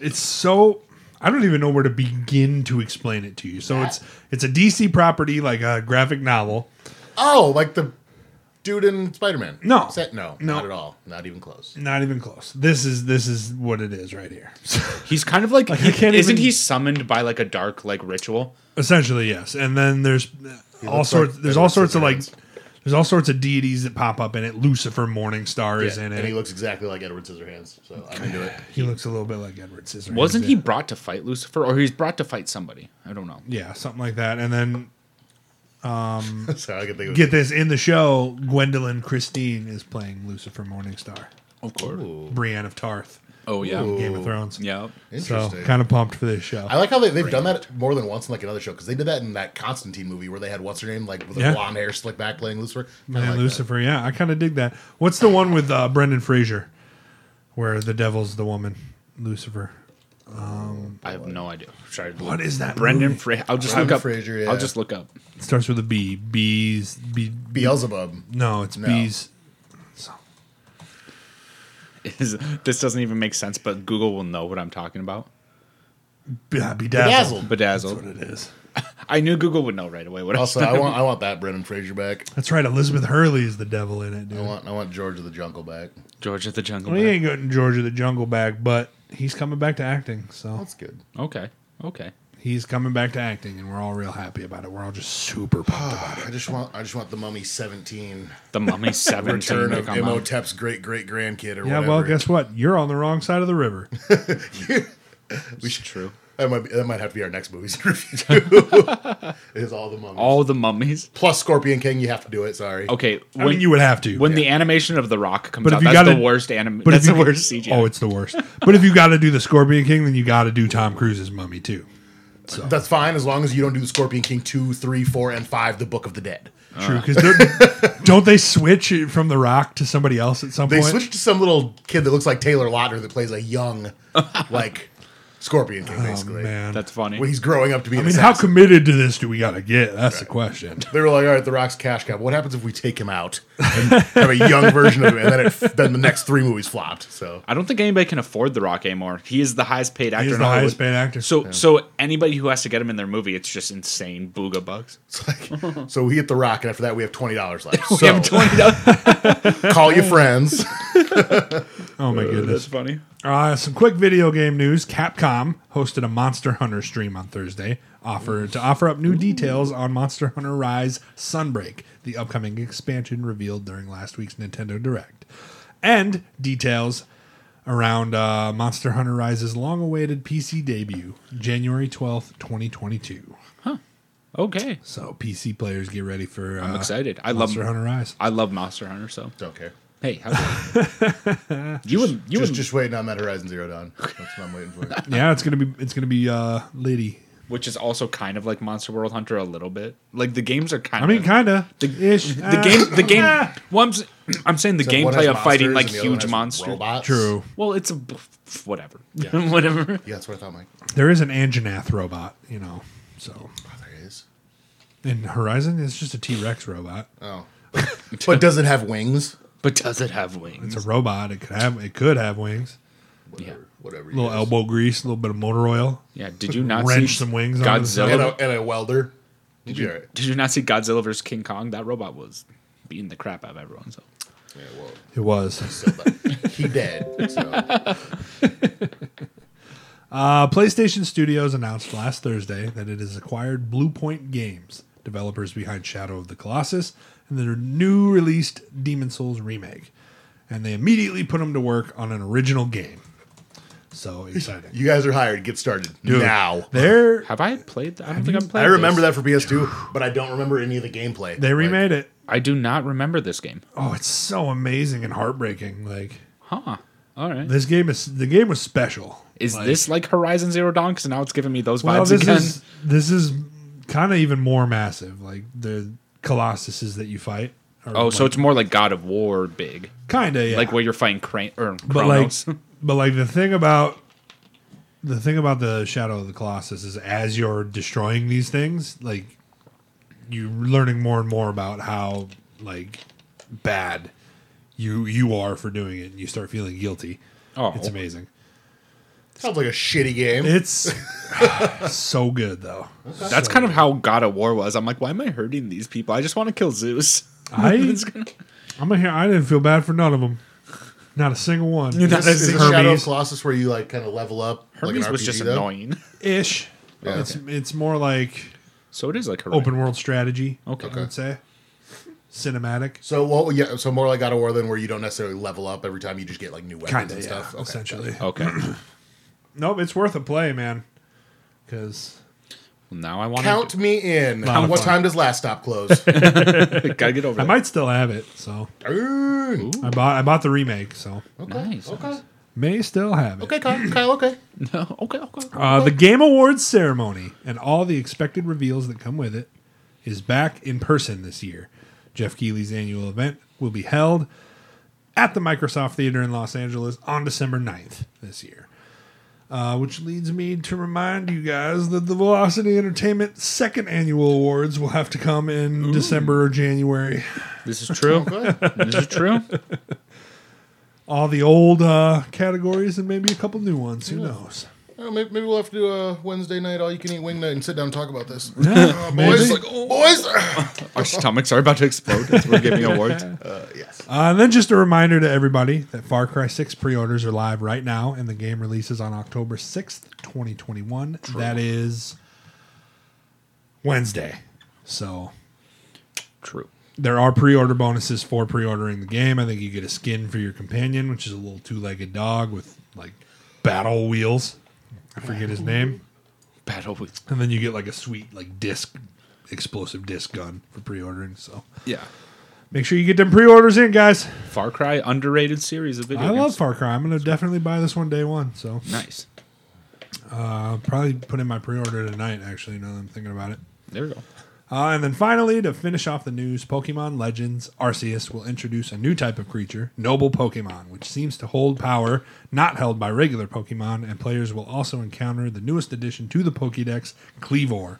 Speaker 1: it's so I don't even know where to begin to explain it to you. So it's it's a DC property like a graphic novel.
Speaker 3: Oh, like the dude in Spider Man.
Speaker 1: No.
Speaker 3: Set, no,
Speaker 1: No.
Speaker 3: not at all. Not even close.
Speaker 1: Not even close. This is this is what it is right here.
Speaker 2: He's kind of like,
Speaker 1: I can't
Speaker 2: isn't
Speaker 1: even-
Speaker 2: he summoned by like a dark like ritual?
Speaker 1: Essentially, yes. And then there's all
Speaker 3: looks
Speaker 1: sorts.
Speaker 3: like
Speaker 1: there's all
Speaker 3: Edward
Speaker 1: sorts of like.
Speaker 3: Scissorhands.
Speaker 1: There's all sorts of deities that pop up in it. Lucifer, Morningstar is in it.
Speaker 3: And he
Speaker 1: He,
Speaker 3: looks exactly like Edward Scissorhands, so I'm into it.
Speaker 1: looks a little bit like Edward Scissorhands.
Speaker 2: Wasn't
Speaker 1: yeah.
Speaker 2: he brought to fight Lucifer, or he's brought to fight somebody? I don't know.
Speaker 1: Yeah, something like that. And then
Speaker 3: so I can think of
Speaker 1: get this in the show, Gwendolyn Christine is playing Lucifer, Morningstar,
Speaker 2: Of course.
Speaker 3: Ooh,
Speaker 1: Brienne of Tarth,
Speaker 2: Oh yeah.
Speaker 3: Ooh.
Speaker 1: Game of Thrones.
Speaker 2: Yeah.
Speaker 1: So
Speaker 3: interesting.
Speaker 1: kind of pumped for this show.
Speaker 3: I like how they, they've done that more than once in like another show because they did that in that Constantine movie where they had what's her name like with
Speaker 1: Yeah.
Speaker 3: the blonde hair slick back playing Lucifer. Kinda
Speaker 1: Man,
Speaker 3: like that.
Speaker 1: Lucifer. Yeah, I kind of dig that. What's the one with uh, Brendan Fraser, where the devil's the woman, Lucifer?
Speaker 2: I have no idea. I'm Sorry.
Speaker 1: What is that?
Speaker 2: Brendan
Speaker 1: movie?
Speaker 2: Fra- I'll just
Speaker 3: Brendan
Speaker 2: look up.
Speaker 3: Fraser, yeah.
Speaker 2: I'll just look up.
Speaker 1: It starts with a B. Bees. Be,
Speaker 3: Beelzebub.
Speaker 1: no, it's
Speaker 3: No.
Speaker 1: bees.
Speaker 2: Is- this doesn't even make sense, but Google will know what I'm talking about.
Speaker 1: Be, uh, bedazzled.
Speaker 3: Bedazzled.
Speaker 1: That's what
Speaker 2: Bedazzled.
Speaker 1: it is.
Speaker 2: I knew Google would know right away. What
Speaker 3: Also,
Speaker 2: else?
Speaker 3: I want I want that Brendan Fraser back.
Speaker 1: That's right. Elizabeth Hurley is the devil in it, dude.
Speaker 3: Oh, I want I want George of the Jungle back.
Speaker 2: George at the Jungle.
Speaker 3: Oh,
Speaker 1: Well, he
Speaker 2: Book.
Speaker 1: ain't getting George of the Jungle back, but he's coming back to acting. So
Speaker 3: That's good.
Speaker 2: Okay. Okay.
Speaker 1: he's coming back to acting, and we're all real happy about it. We're all just super pumped about it.
Speaker 3: I just want I just want the Mummy Seventeen
Speaker 2: The Mummy Seven.
Speaker 3: Return of Imhotep's great great grandkid or
Speaker 1: Yeah,
Speaker 3: whatever.
Speaker 1: well, guess what? You're on the wrong side of the river.
Speaker 2: It's true.
Speaker 3: that might be, that might have to be our next movie's review. too. Is all the mummies
Speaker 2: All the mummies.
Speaker 3: plus Scorpion King? You have to do it. Sorry.
Speaker 2: Okay.
Speaker 1: I mean, you would have to.
Speaker 2: when the animation of the Rock comes
Speaker 1: But if
Speaker 2: out,
Speaker 1: you
Speaker 2: that's
Speaker 1: gotta-
Speaker 2: the worst anime.
Speaker 1: but if
Speaker 2: That's the
Speaker 1: you-
Speaker 2: worst CGI.
Speaker 1: Oh, it's the worst. but if you got to do the Scorpion King, then you got to do Tom Cruise's Mummy too.
Speaker 3: That's fine as long as you don't do the Scorpion King two, three, four, and five, the Book of the Dead.
Speaker 2: Uh.
Speaker 1: True, because don't they switch it from The Rock to somebody else at some
Speaker 3: They
Speaker 1: point?
Speaker 3: switched to some little kid that looks like Taylor Lautner that plays a young, like Scorpion King,
Speaker 1: oh,
Speaker 3: basically.
Speaker 1: man.
Speaker 2: that's funny.
Speaker 3: When he's growing up to be.
Speaker 1: I mean, how committed to this do we got to get? That's the question.
Speaker 3: They were like, all right, The Rock's cash cow. but What happens if we take him out and have a young version of him? And then, it, then the next three movies flopped. So
Speaker 2: I don't think anybody can afford The Rock anymore. He is the highest paid actor.
Speaker 1: He's
Speaker 2: in
Speaker 1: the
Speaker 2: Hollywood.
Speaker 1: highest paid actor.
Speaker 2: So, so anybody who has to get him in their movie, it's just insane booga bucks.
Speaker 3: it's like, so we hit The Rock, and after that, we have twenty dollars left.
Speaker 2: We
Speaker 3: so
Speaker 2: have twenty dollars.
Speaker 3: call your friends.
Speaker 1: oh my
Speaker 2: That's
Speaker 1: goodness.
Speaker 2: funny.
Speaker 1: Uh, some quick video game news. Capcom hosted a Monster Hunter stream on Thursday offer, to offer up new details on Monster Hunter Rise Sunbreak, the upcoming expansion revealed during last week's Nintendo Direct, and details around uh, Monster Hunter Rise's long awaited PC debut, January 12th, 2022.
Speaker 2: Okay,
Speaker 1: So, PC players get ready for uh,
Speaker 2: I'm excited. I love
Speaker 1: Monster Hunter Rise.
Speaker 2: I love Monster Hunter. So
Speaker 3: Don't care.
Speaker 2: hey, how dare you? you and you
Speaker 3: Just
Speaker 2: and
Speaker 3: just waiting on that Horizon Zero Dawn. That's what I'm waiting for.
Speaker 1: Yeah, it's gonna be it's gonna be uh, Lady.
Speaker 2: which is also kind of like Monster World Hunter a little bit. Like the games are kind.
Speaker 1: I mean,
Speaker 2: of,
Speaker 1: kinda
Speaker 2: The,
Speaker 1: ish. Uh,
Speaker 2: the game, the game. Well, I'm, s- I'm saying the
Speaker 3: One
Speaker 2: gameplay
Speaker 3: has
Speaker 2: of fighting
Speaker 3: monsters
Speaker 2: like
Speaker 3: and the other one
Speaker 2: huge
Speaker 3: has
Speaker 2: monsters.
Speaker 3: robots.
Speaker 1: True.
Speaker 2: Well, it's a b- whatever, whatever.
Speaker 3: Yeah, that's what I thought, Mike.
Speaker 1: There is an Anjanath robot, you know. So
Speaker 3: Oh, there is.
Speaker 1: in Horizon, it's just a T Rex robot.
Speaker 3: Oh, but does it have wings?
Speaker 2: But does it have
Speaker 1: It's
Speaker 2: wings?
Speaker 1: a robot. It could have it could have wings.
Speaker 2: Yeah.
Speaker 3: whatever.
Speaker 1: A little
Speaker 3: you
Speaker 1: elbow grease, a little bit of motor oil.
Speaker 2: Yeah. Did you not
Speaker 1: Wrench
Speaker 2: see
Speaker 1: some wings onto the
Speaker 2: Godzilla?
Speaker 1: side.
Speaker 3: and a, and a welder. Did you?
Speaker 2: Did you not see Godzilla vs King Kong? That robot was beating the crap out of everyone. So
Speaker 3: Yeah, well,
Speaker 1: It was.
Speaker 3: so, but he dead. So.
Speaker 1: Uh, PlayStation Studios announced last Thursday that it has acquired Blue Point Games, developers behind Shadow of the Colossus and their new released Demon Souls remake, and they immediately put them to work on an original game. So exciting!
Speaker 3: You guys are hired. Get started now.
Speaker 1: They're
Speaker 2: have I played? That? I don't think I'm playing.
Speaker 3: I remember that for PS2, but I don't remember any of the gameplay.
Speaker 1: they remade it.
Speaker 2: I do not remember this game.
Speaker 1: Oh, it's so amazing and heartbreaking. Like
Speaker 2: Huh. All right.
Speaker 1: this game is the game was special.
Speaker 2: Is
Speaker 1: Like,
Speaker 2: this like Horizon Zero Dawn? Because now it's giving me those vibes
Speaker 1: well, this
Speaker 2: again.
Speaker 1: is this is kind of even more massive. Like the colossuses that you fight. Are
Speaker 2: oh, so
Speaker 1: like,
Speaker 2: it's more like God of War big,
Speaker 1: kind of yeah.
Speaker 2: like where you're fighting Crane or
Speaker 1: but like
Speaker 2: Kronos.
Speaker 1: but like the thing about the thing about the Shadow of the Colossus is as you're destroying these things, like you're learning more and more about how like bad you you are for doing it, and you start feeling guilty.
Speaker 2: oh,
Speaker 1: It's amazing.
Speaker 3: Sounds like a shitty game.
Speaker 1: It's so good though.
Speaker 2: that's kind of how God of War was. I'm like, why am I hurting these people? I just want to kill Zeus.
Speaker 1: I
Speaker 2: It's gonna-
Speaker 1: I'm a, I didn't feel bad for none of them. Not a single one.
Speaker 2: not
Speaker 3: is
Speaker 1: Hermes
Speaker 3: the Shadow of Colossus where you like kind of level up? like
Speaker 2: Hermes
Speaker 3: an
Speaker 2: was
Speaker 3: RPG,
Speaker 2: just
Speaker 3: though?
Speaker 2: annoying.
Speaker 1: ish. It's it's more like
Speaker 2: So it is like Horizon.
Speaker 1: open world strategy.
Speaker 2: Okay.
Speaker 1: I would say cinematic.
Speaker 3: So well, yeah. So more like God of War than where you don't necessarily level up every time. You just get like new weapons
Speaker 1: Kinda,
Speaker 3: and
Speaker 1: yeah,
Speaker 3: stuff. Okay. Oh.
Speaker 1: essentially.
Speaker 2: Okay. well,
Speaker 1: Nope, it's worth a play, man. Because
Speaker 2: now I want
Speaker 3: Count me in.
Speaker 1: Lot of
Speaker 3: What
Speaker 1: fun.
Speaker 3: time does last stop close?
Speaker 2: to. Gotta get over.
Speaker 1: I
Speaker 2: that.
Speaker 1: might still have it, so
Speaker 3: Ooh.
Speaker 1: I bought I bought the remake, so
Speaker 3: Oh.
Speaker 2: Nice.
Speaker 3: Okay.
Speaker 1: may still have it.
Speaker 3: Okay, Kyle. Kyle. Okay.
Speaker 2: No. Okay. Okay.
Speaker 1: Uh, the Game Awards ceremony and all the expected reveals that come with it is back in person this year. Jeff Keighley's annual event will be held at the Microsoft Theater in Los Angeles on December 9th this year. Uh, which leads me to remind you guys that the Velocity Entertainment second annual awards will have to come in December or January.
Speaker 2: This is true. this is true.
Speaker 1: All the old uh, categories and maybe a couple new ones. Who knows?
Speaker 3: Oh, maybe, maybe we'll have to do a Wednesday night all you can eat wing night and sit down and talk about this. Uh, boys,
Speaker 1: maybe.
Speaker 3: like, oh, boys.
Speaker 2: Our stomachs are about to explode as we're giving awards.
Speaker 1: Uh, and then just a reminder to everybody that Far Cry 6 pre orders are live right now, and the game releases on October 6th, 2021. That is Wednesday. So
Speaker 2: True.
Speaker 1: there are pre order bonuses for pre ordering the game. I think you get a skin for your companion, which is a little two legged dog with like battle wheels. I forget his name.
Speaker 2: Battle with.
Speaker 1: And then you get like a sweet, like disc, explosive disc gun for pre ordering. So
Speaker 2: Yeah.
Speaker 1: make sure you get them pre orders in, guys.
Speaker 2: Far Cry underrated series of video
Speaker 1: I
Speaker 2: games.
Speaker 1: love Far Cry. I'm gonna definitely buy this one day one. So
Speaker 2: Nice.
Speaker 1: I'll probably put in my pre-order tonight. Actually, now that I'm thinking about it.
Speaker 2: There we go.
Speaker 1: Uh, and then finally, to finish off the news, Pokemon Legends Arceus will introduce a new type of creature, Noble Pokemon, which seems to hold power not held by regular Pokemon, and players will also encounter the newest addition to the Pokedex, Cleavor.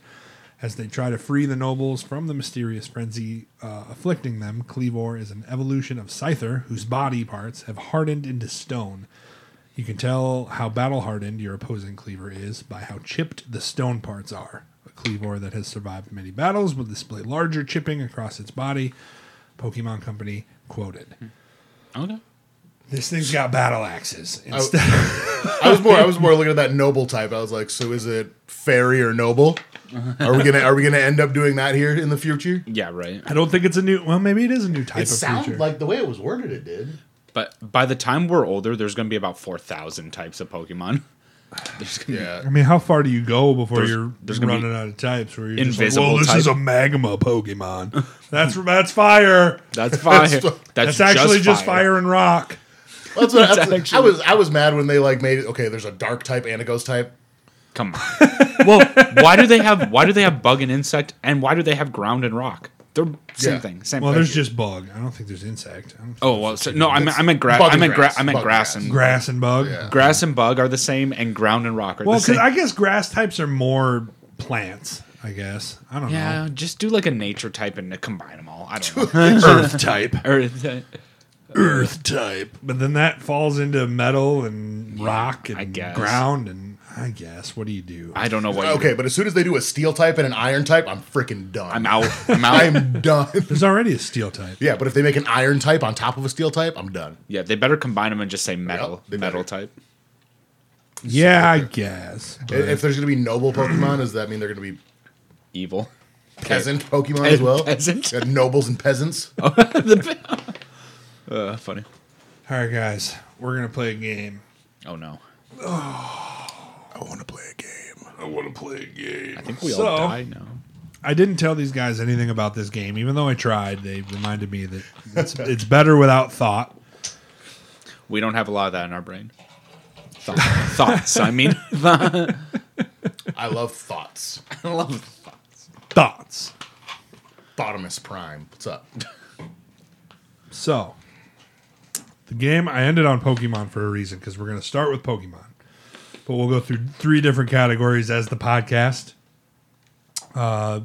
Speaker 1: As they try to free the nobles from the mysterious frenzy uh, afflicting them, Cleavor is an evolution of Scyther, whose body parts have hardened into stone. You can tell how battle hardened your opposing cleaver is by how chipped the stone parts are. A cleaver that has survived many battles will display larger chipping across its body. Pokemon Company quoted.
Speaker 2: Hmm. Okay.
Speaker 1: This thing's got battle axes.
Speaker 2: Oh.
Speaker 3: I,
Speaker 1: Instead,
Speaker 3: I was more. I was more looking at that noble type. I was like, so is it fairy or noble? Are we gonna Are we gonna end up doing that here in the future?
Speaker 2: Yeah, right.
Speaker 1: I don't think it's a new. Well, maybe it is a new type
Speaker 3: It
Speaker 1: of
Speaker 3: sounded
Speaker 1: creature.
Speaker 3: like the way it was worded. It did.
Speaker 2: But by the time we're older, there's going to be about 4,000 types of Pokemon. There's gonna
Speaker 1: I
Speaker 3: Yeah.
Speaker 1: mean, how far do you go before
Speaker 2: There's-
Speaker 1: you're
Speaker 2: there's gonna be
Speaker 1: running out of types? Where you're just like,
Speaker 2: invisible
Speaker 1: well, this
Speaker 2: type."
Speaker 1: is a magma Pokemon. that's that's fire.
Speaker 2: be, that's fire. that's
Speaker 1: That's, actually just fire. and rock.
Speaker 3: That's what that's-
Speaker 2: actually-
Speaker 3: I was. I was mad when they like made it. Okay, there's a dark type and a ghost type.
Speaker 2: Come on. well, why do they have why do they have bug and insect and why do they have ground and rock? They're same
Speaker 3: Yeah.
Speaker 2: thing. Same
Speaker 1: Well,
Speaker 2: thing.
Speaker 1: there's just bug. I don't think there's insect. I don't think
Speaker 2: Oh, well, so, no, I meant I meant gra-
Speaker 3: Bug
Speaker 2: I
Speaker 3: and
Speaker 2: meant gra-
Speaker 3: grass.
Speaker 2: I meant
Speaker 3: Bug
Speaker 2: grass
Speaker 3: and
Speaker 2: and
Speaker 1: grass and bug.
Speaker 3: Yeah.
Speaker 2: grass and bug are the same and ground and rock are
Speaker 1: Well,
Speaker 2: the
Speaker 1: because
Speaker 2: same.
Speaker 1: I guess grass types are more plants. I guess I don't
Speaker 2: yeah,
Speaker 1: know.
Speaker 2: just do like a nature type and combine them all. I don't know.
Speaker 1: Earth type,
Speaker 2: or,
Speaker 1: Earth type. But then that falls into metal and rock and
Speaker 2: I guess.
Speaker 1: ground and I guess. What do you do?
Speaker 2: I don't know what.
Speaker 3: Okay,
Speaker 2: Okay,
Speaker 3: but as soon as they do a steel type and an iron type, I'm freaking done.
Speaker 2: I'm out. I'm out.
Speaker 3: I'm done.
Speaker 1: There's already a steel type.
Speaker 3: yeah, but if they make an iron type on top of a steel type, I'm done.
Speaker 2: yeah, they better combine them and just say metal.
Speaker 3: they
Speaker 2: metal
Speaker 3: better.
Speaker 2: type.
Speaker 1: Yeah, I guess.
Speaker 3: I- If there's gonna be noble Pokemon, does that mean they're gonna be
Speaker 2: Evil.
Speaker 3: peasant Pokemon as well?
Speaker 2: Peasant.
Speaker 3: Yeah, nobles and peasants.
Speaker 1: Oh,
Speaker 2: Uh, funny.
Speaker 1: All right, guys, we're gonna play a game.
Speaker 2: Oh no.
Speaker 3: I want to play a game.
Speaker 1: I want to play a game.
Speaker 2: I think we
Speaker 1: So-
Speaker 2: all die now.
Speaker 1: I didn't tell these guys anything about this game, even though I tried. They reminded me that it's, it's better without thought.
Speaker 2: We don't have a lot of that in our brain. Thought, thoughts. I mean,
Speaker 3: I love thoughts.
Speaker 2: I love thoughts.
Speaker 1: Thoughts.
Speaker 3: Bottomus Prime. What's up?
Speaker 1: So, the game I ended on Pokemon for a reason because we're going to start with Pokemon, but we'll go through three different categories as the podcast. Uh,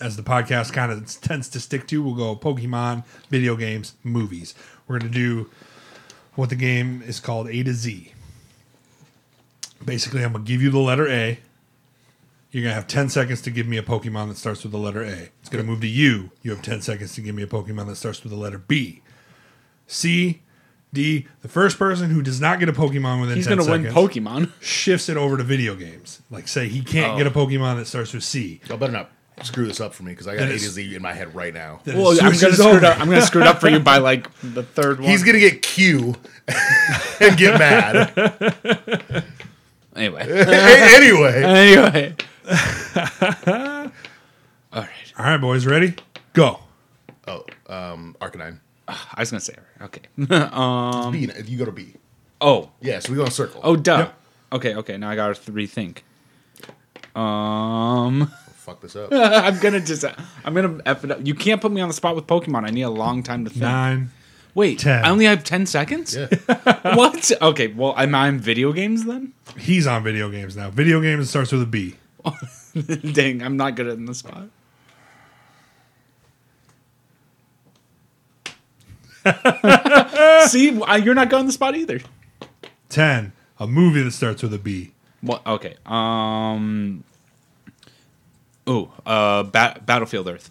Speaker 1: as the podcast kind of tends to stick to, we'll go Pokemon, video games, movies. We're going to do what the game is called A to Z. Basically, I'm going to give you the letter A. You're going to have 10 seconds to give me a Pokemon that starts with the letter A. It's going to move to you. You have 10 seconds to give me a Pokemon that starts with the letter B. C, D. The first person who does not get a Pokemon within
Speaker 2: He's
Speaker 1: 10
Speaker 2: gonna
Speaker 1: seconds
Speaker 2: win Pokemon.
Speaker 1: shifts it over to video games. Like, say he can't get a
Speaker 2: Oh.
Speaker 1: Pokemon that starts with C.
Speaker 3: Y'all better not screw this up for me because I got
Speaker 1: That
Speaker 3: A to
Speaker 1: is-
Speaker 3: Z in my head right now.
Speaker 1: Then
Speaker 2: Well,
Speaker 1: as soon
Speaker 2: I'm
Speaker 1: as
Speaker 2: gonna
Speaker 1: he's
Speaker 2: screw it
Speaker 1: over-
Speaker 2: up. I'm gonna screw it up for you by like the third one.
Speaker 3: He's gonna get Q and get mad.
Speaker 2: anyway.
Speaker 3: A- anyway,
Speaker 2: anyway. all right.
Speaker 1: All right, boys, ready? Go.
Speaker 3: oh, um, Arcanine.
Speaker 2: I was gonna say all right. okay.
Speaker 3: It's B.
Speaker 1: Um,
Speaker 3: now. You go to B.
Speaker 2: oh.
Speaker 3: Yeah, so we go in a circle.
Speaker 2: Oh, duh.
Speaker 1: Yep.
Speaker 2: Okay. Okay. Now I gotta rethink. Um.
Speaker 3: fuck this up.
Speaker 2: I'm gonna just. I'm gonna f it up. You can't put me on the spot with Pokemon. I need a long time to think.
Speaker 1: Nine.
Speaker 2: Wait,
Speaker 1: Ten.
Speaker 2: I only have ten seconds.
Speaker 3: Yeah.
Speaker 2: what? Okay, well, I'm on video games then.
Speaker 1: He's on video games now. Video games starts with a B.
Speaker 2: Dang, I'm not good at in the spot. See, I, you're not going the spot either.
Speaker 1: Ten. A movie that starts with a B.
Speaker 2: What? Okay. Um. Oh, uh, Bat- Battlefield Earth.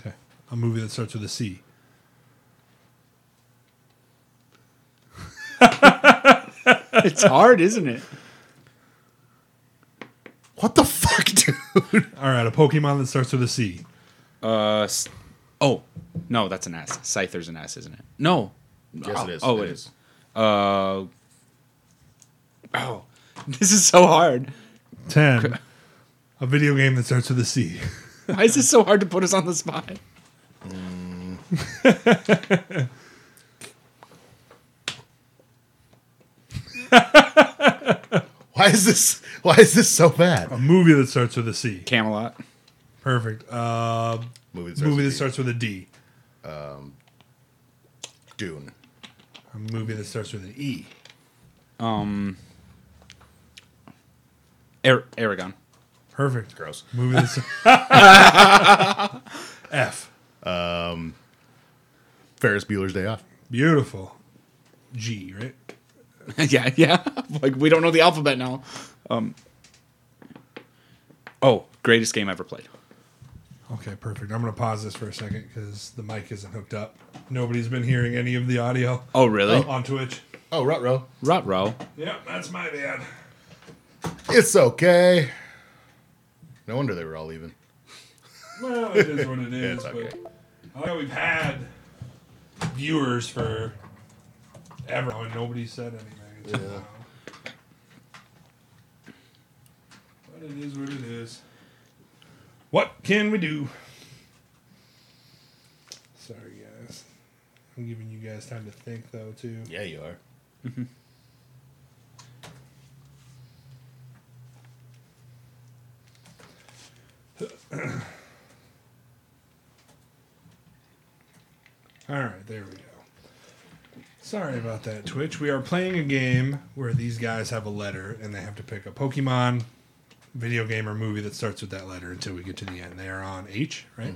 Speaker 1: Okay. A movie that starts with a C.
Speaker 2: It's hard, isn't it?
Speaker 3: What the fuck, dude?
Speaker 1: All right. A Pokemon that starts with a C.
Speaker 2: Uh. s- Oh no, that's an S. Scyther's an S, isn't it? No.
Speaker 3: Yes,
Speaker 2: oh,
Speaker 3: it is.
Speaker 2: Oh,
Speaker 3: It
Speaker 2: it is.
Speaker 3: is.
Speaker 2: Uh. Oh, this is so hard.
Speaker 1: Ten. A video game that starts with a C.
Speaker 2: Why is this so hard to put us on the spot?
Speaker 3: Why is this? Why is this so bad?
Speaker 1: A movie that starts with a C.
Speaker 2: Camelot.
Speaker 1: Perfect. Uh,
Speaker 3: Movie that starts
Speaker 1: movie that
Speaker 2: E.
Speaker 3: with D.
Speaker 1: starts with a D.
Speaker 3: Dune.
Speaker 1: A movie that starts with an E.
Speaker 2: Ar- Aragon.
Speaker 1: Perfect.
Speaker 3: Gross.
Speaker 1: Movie that's F.
Speaker 3: Ferris Bueller's Day Off.
Speaker 1: Beautiful. G, right?
Speaker 2: yeah, yeah. Like we don't know the alphabet now. Um. Oh, greatest game ever played.
Speaker 1: Okay, perfect. I'm going to pause this for a second because the mic isn't hooked up. Nobody's been hearing any of the audio
Speaker 2: Oh, really?
Speaker 1: on Twitch.
Speaker 3: Oh, Rutro.
Speaker 2: Rot row.
Speaker 1: Yep, that's my bad.
Speaker 3: It's okay. No wonder they were all even.
Speaker 1: Well, it is what it is.
Speaker 3: It's okay.
Speaker 1: but I know we've had viewers for ever and nobody said anything. Yeah. But it is what it is. What can we do? Sorry, guys. I'm giving you guys time to think, though, too.
Speaker 3: Yeah, you are.
Speaker 1: All right, there we go. Sorry about that, Twitch. We are playing a game where these guys have a letter and they have to pick a Pokemon, video game, or movie that starts with that letter until we get to the end. They are on H, right?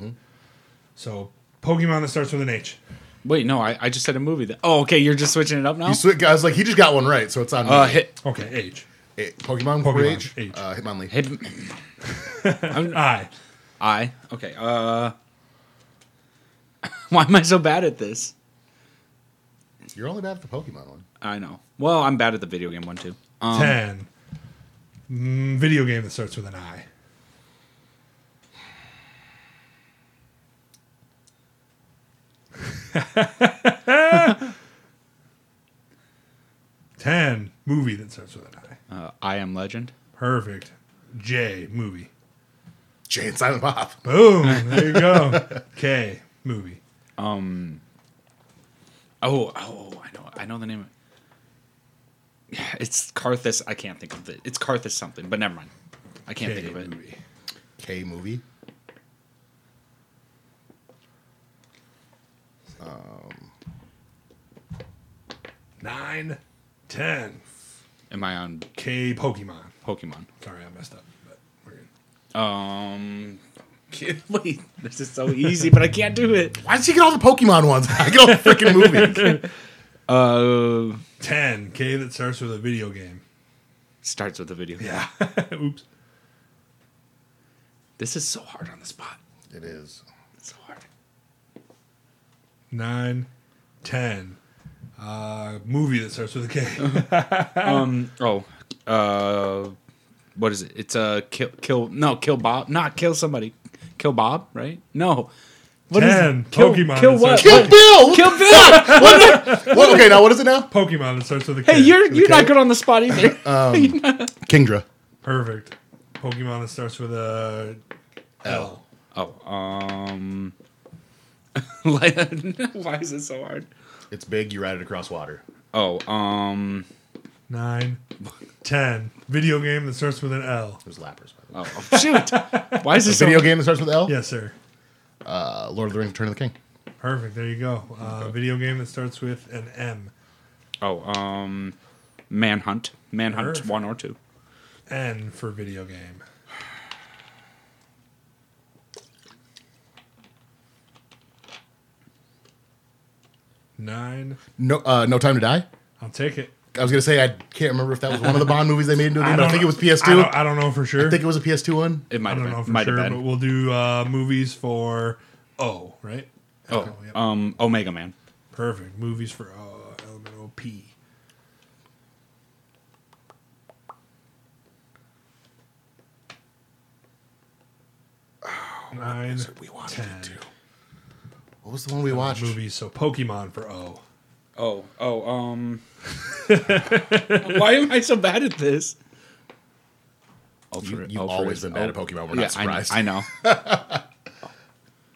Speaker 1: So, Pokemon that starts with an H.
Speaker 2: Wait, no, I, I just said a movie. That, oh, okay, you're just switching it up now.
Speaker 3: You sweet guys, like he just got one right, so it's on.
Speaker 2: uh,
Speaker 3: me.
Speaker 2: hit,
Speaker 1: Okay, H.
Speaker 3: Eh, Pokemon,
Speaker 1: Pokemon,
Speaker 3: H,
Speaker 1: H.
Speaker 3: Uh, Hitmonlee.
Speaker 2: hit. I'm-
Speaker 1: I.
Speaker 2: I. Okay. Uh. Why am I so bad at this?
Speaker 3: You're only bad at the Pokemon one.
Speaker 2: I know. Well, I'm bad at the video game one too. Um,
Speaker 1: 10. Mm, video game that starts with an I. Ten movie that starts with an I.
Speaker 2: uh, I am Legend.
Speaker 1: Perfect. J movie.
Speaker 3: Jay and Silent Bob.
Speaker 1: Boom. There you go. K movie.
Speaker 2: Oh, oh, I know, I know the name. of it. It's Carthus. I can't think of it. It's Carthus something, but never mind. I can't
Speaker 1: K
Speaker 2: think of it.
Speaker 1: movie.
Speaker 3: K movie.
Speaker 1: Nine. Ten.
Speaker 2: Am I on
Speaker 1: K Pokemon.
Speaker 2: Pokemon?
Speaker 1: Sorry, I messed up. But we're good.
Speaker 2: Um, wait, this is so easy, but I can't do it.
Speaker 3: Why did you get all the Pokemon ones? I get all the freaking movies.
Speaker 2: Uh,
Speaker 1: Ten. K that starts with a video game.
Speaker 2: starts with the video.
Speaker 1: Yeah. Oops.
Speaker 2: This is so hard on the spot.
Speaker 3: it is.
Speaker 2: It's so hard.
Speaker 1: Nine, ten. Uh, movie that starts with a K.
Speaker 2: Um. Oh. Uh. What is it? It's a uh, kill. Kill. No. Kill Bob. Not kill somebody. Kill Bob. Right. No. What is
Speaker 1: Ten.
Speaker 2: it? Kill,
Speaker 1: Pokemon
Speaker 2: Kill
Speaker 1: is
Speaker 2: what?
Speaker 1: our-
Speaker 3: Kill Bill.
Speaker 2: Kill Bill.
Speaker 3: What- okay, now what is it now?
Speaker 1: Pokemon that starts with a K.
Speaker 2: hey, you're you're
Speaker 3: Okay.
Speaker 2: not good on the spot either.
Speaker 3: Kingdra.
Speaker 1: perfect. Pokemon that starts with a L.
Speaker 2: oh. Um. Why is it so hard?
Speaker 3: It's big. You ride it across water.
Speaker 2: Oh. Um.
Speaker 1: Nine, ten. Video game that starts with an L.
Speaker 3: There's lappers. By the way.
Speaker 2: Oh shoot. Why is this so
Speaker 3: Video game that starts with L.
Speaker 1: Yes, sir.
Speaker 3: Uh, Lord of the Rings: Return of the King.
Speaker 1: Perfect. There you go. Uh, video game that starts with an M.
Speaker 2: Oh, um, Manhunt, Manhunt
Speaker 1: Perfect.
Speaker 2: one or two.
Speaker 1: N for video game. Nine.
Speaker 3: No, uh, no time to die.
Speaker 1: I'll take it.
Speaker 3: I was gonna say I can't remember if that was one of the Bond movies they made into a game. but I
Speaker 1: don't
Speaker 3: think it was
Speaker 1: know- I
Speaker 3: PS2.
Speaker 1: don't, I don't know for sure.
Speaker 3: I think it was a PS2 one.
Speaker 2: It
Speaker 1: I
Speaker 2: might
Speaker 1: don't
Speaker 2: have
Speaker 1: know
Speaker 2: been.
Speaker 1: for
Speaker 2: Might
Speaker 1: sure,
Speaker 2: have
Speaker 1: but
Speaker 2: been.
Speaker 1: we'll do uh, movies for O, right?
Speaker 2: Oh,
Speaker 1: Okay, yep.
Speaker 2: um, Omega Man.
Speaker 1: Perfect. Movies for O, element O P. Nine.
Speaker 3: We watched
Speaker 1: Ten.
Speaker 3: it too. What was the one we watched?
Speaker 1: Movies. So Pokemon for O.
Speaker 2: Oh, oh, um. Why am I so bad at this?
Speaker 3: You,
Speaker 2: Ultra-
Speaker 3: you
Speaker 2: Ultra
Speaker 3: always
Speaker 2: is-
Speaker 3: been bad at
Speaker 2: Ul-
Speaker 3: Pokemon. We're
Speaker 2: Oh, yeah,
Speaker 3: not surprised.
Speaker 2: I, I know.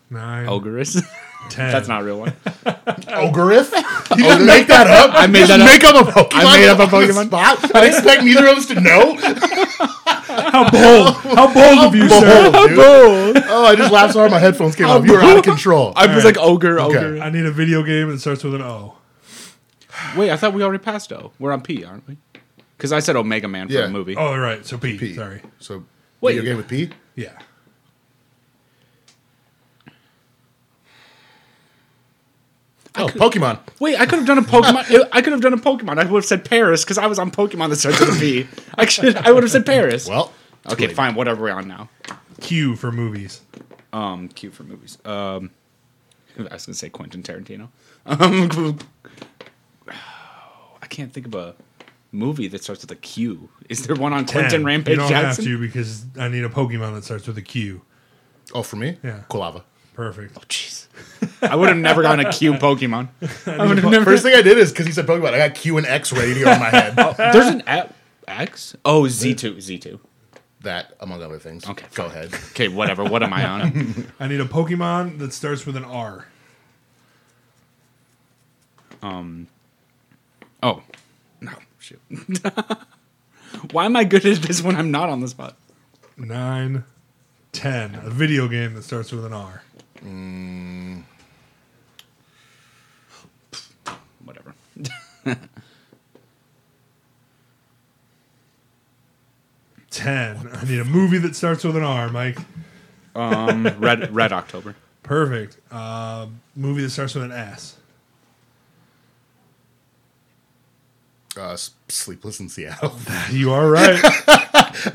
Speaker 1: Nine.
Speaker 2: Ogreus.
Speaker 1: Ten.
Speaker 2: Oh, That's not a real one.
Speaker 3: Ogrith? Oh, You just make that up? I
Speaker 2: made that up.
Speaker 3: make up a Pokemon.
Speaker 2: Oh, I made up a
Speaker 3: on the
Speaker 2: Pokemon.
Speaker 3: Spot? I expect neither of us to know.
Speaker 1: How bold! How bold of you, sir!
Speaker 3: Bold, dude. Oh, I just laughed so hard my headphones came off. You were out of control.
Speaker 2: I was
Speaker 1: Alright.
Speaker 2: like ogre,
Speaker 3: Okay.
Speaker 2: ogre.
Speaker 1: I need a video game that starts with an O.
Speaker 2: Wait, I thought we already passed O. We're on P, aren't we? Because I said Omega Man for
Speaker 3: Yeah.
Speaker 2: a movie.
Speaker 1: Oh, right. So P.
Speaker 3: P.
Speaker 1: Sorry.
Speaker 3: So,
Speaker 2: Wait.
Speaker 3: video game with P?
Speaker 1: Yeah.
Speaker 3: Oh, Pokemon.
Speaker 2: Wait, I could have done a Pokemon. I could have done a Pokemon. I would have said Paris because I was on Pokemon that starts with a P. I should. I would have said Paris.
Speaker 3: Well,
Speaker 2: okay,
Speaker 3: too late.
Speaker 2: fine. Whatever we're on now.
Speaker 1: Q for movies.
Speaker 2: Um, Q for movies. Um, I was gonna say Quentin Tarantino. Um, I can't think of a movie that starts with a Q. Is there one on Quentin
Speaker 1: Ten.
Speaker 2: Rampage
Speaker 1: You don't
Speaker 2: Jackson?
Speaker 1: have to because I need a Pokemon that starts with a Q.
Speaker 3: Oh, for me?
Speaker 1: Yeah.
Speaker 3: Kolava.
Speaker 1: Perfect.
Speaker 2: Jeez, I would have never gotten a Q Pokemon. I would have never.
Speaker 3: First thing I did is because he said Pokemon, I got Q and X ready to go in my head.
Speaker 2: There's an a- X. Oh, Z two, Z two.
Speaker 3: That, among other things.
Speaker 2: Okay,
Speaker 3: Go ahead.
Speaker 2: Okay, whatever. What am I on?
Speaker 1: I need a Pokemon that starts with an R.
Speaker 2: Oh, no, shoot. Why am I good at this when I'm not on the spot?
Speaker 1: Nine, ten. A video game that starts with an R.
Speaker 2: Whatever.
Speaker 1: Ten. I need a movie that starts with an R, Mike.
Speaker 2: Um, red, red October.
Speaker 1: Perfect. Uh, movie that starts with an S.
Speaker 3: Uh, S- Sleepless in Seattle.
Speaker 1: You are right.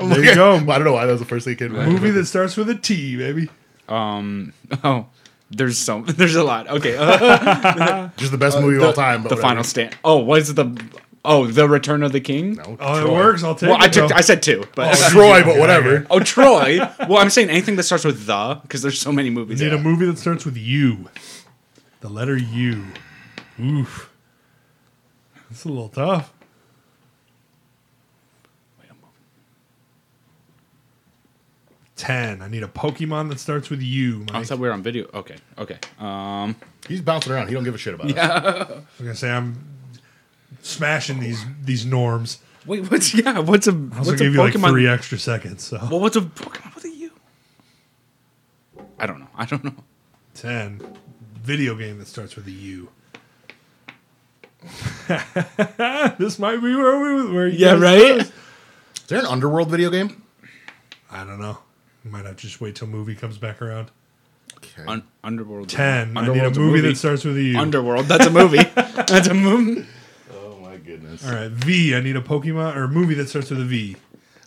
Speaker 1: there you go.
Speaker 3: I don't know why that was the first thing that came to mind.
Speaker 1: movie that starts with a T, baby.
Speaker 2: Oh, there's some. There's a lot. Okay. uh,
Speaker 3: Just the best movie of all time. But
Speaker 2: the
Speaker 3: whatever.
Speaker 2: final stand. Oh, what is the? Oh, the Return of the King.
Speaker 3: No,
Speaker 1: Oh, it
Speaker 3: Troy.
Speaker 1: works. I'll take
Speaker 2: Well,
Speaker 1: it.
Speaker 2: I took.
Speaker 1: though.
Speaker 2: I said two, but.
Speaker 1: Oh,
Speaker 3: Troy, but
Speaker 1: Okay,
Speaker 3: whatever.
Speaker 2: Oh, Troy. Well, I'm saying anything that starts with the, because there's so many movies.
Speaker 1: Need a
Speaker 2: Yeah.
Speaker 1: movie that starts with U. The letter U. Oof. That's a little tough. Ten. I need a Pokemon that starts with U.
Speaker 2: Oh, I
Speaker 1: Mike.
Speaker 2: thought we were on video. Okay. Okay. Um,
Speaker 3: He's bouncing around. He don't give a shit about it.
Speaker 1: I'm gonna say I'm smashing these these norms.
Speaker 2: wait. What's yeah? What's a
Speaker 1: I also
Speaker 2: what's a
Speaker 1: gave you like
Speaker 2: Pokemon?
Speaker 1: three extra seconds. So
Speaker 2: well, what's a Pokemon with a U? I don't know. I don't know.
Speaker 1: ten. Video game that starts with a U. this might be where we where you
Speaker 2: Yeah.
Speaker 1: guys-
Speaker 2: Right.
Speaker 3: Is there an underworld video game?
Speaker 1: I don't know. Might have to just wait till movie comes back around.
Speaker 3: Okay.
Speaker 2: Un- Underworld.
Speaker 1: Ten. I need
Speaker 2: Underworld's
Speaker 1: a movie, that starts with a U.
Speaker 2: Underworld. That's a movie. That's a movie.
Speaker 3: oh my goodness.
Speaker 1: All right, V. I need a Pokemon or a movie that starts with a V.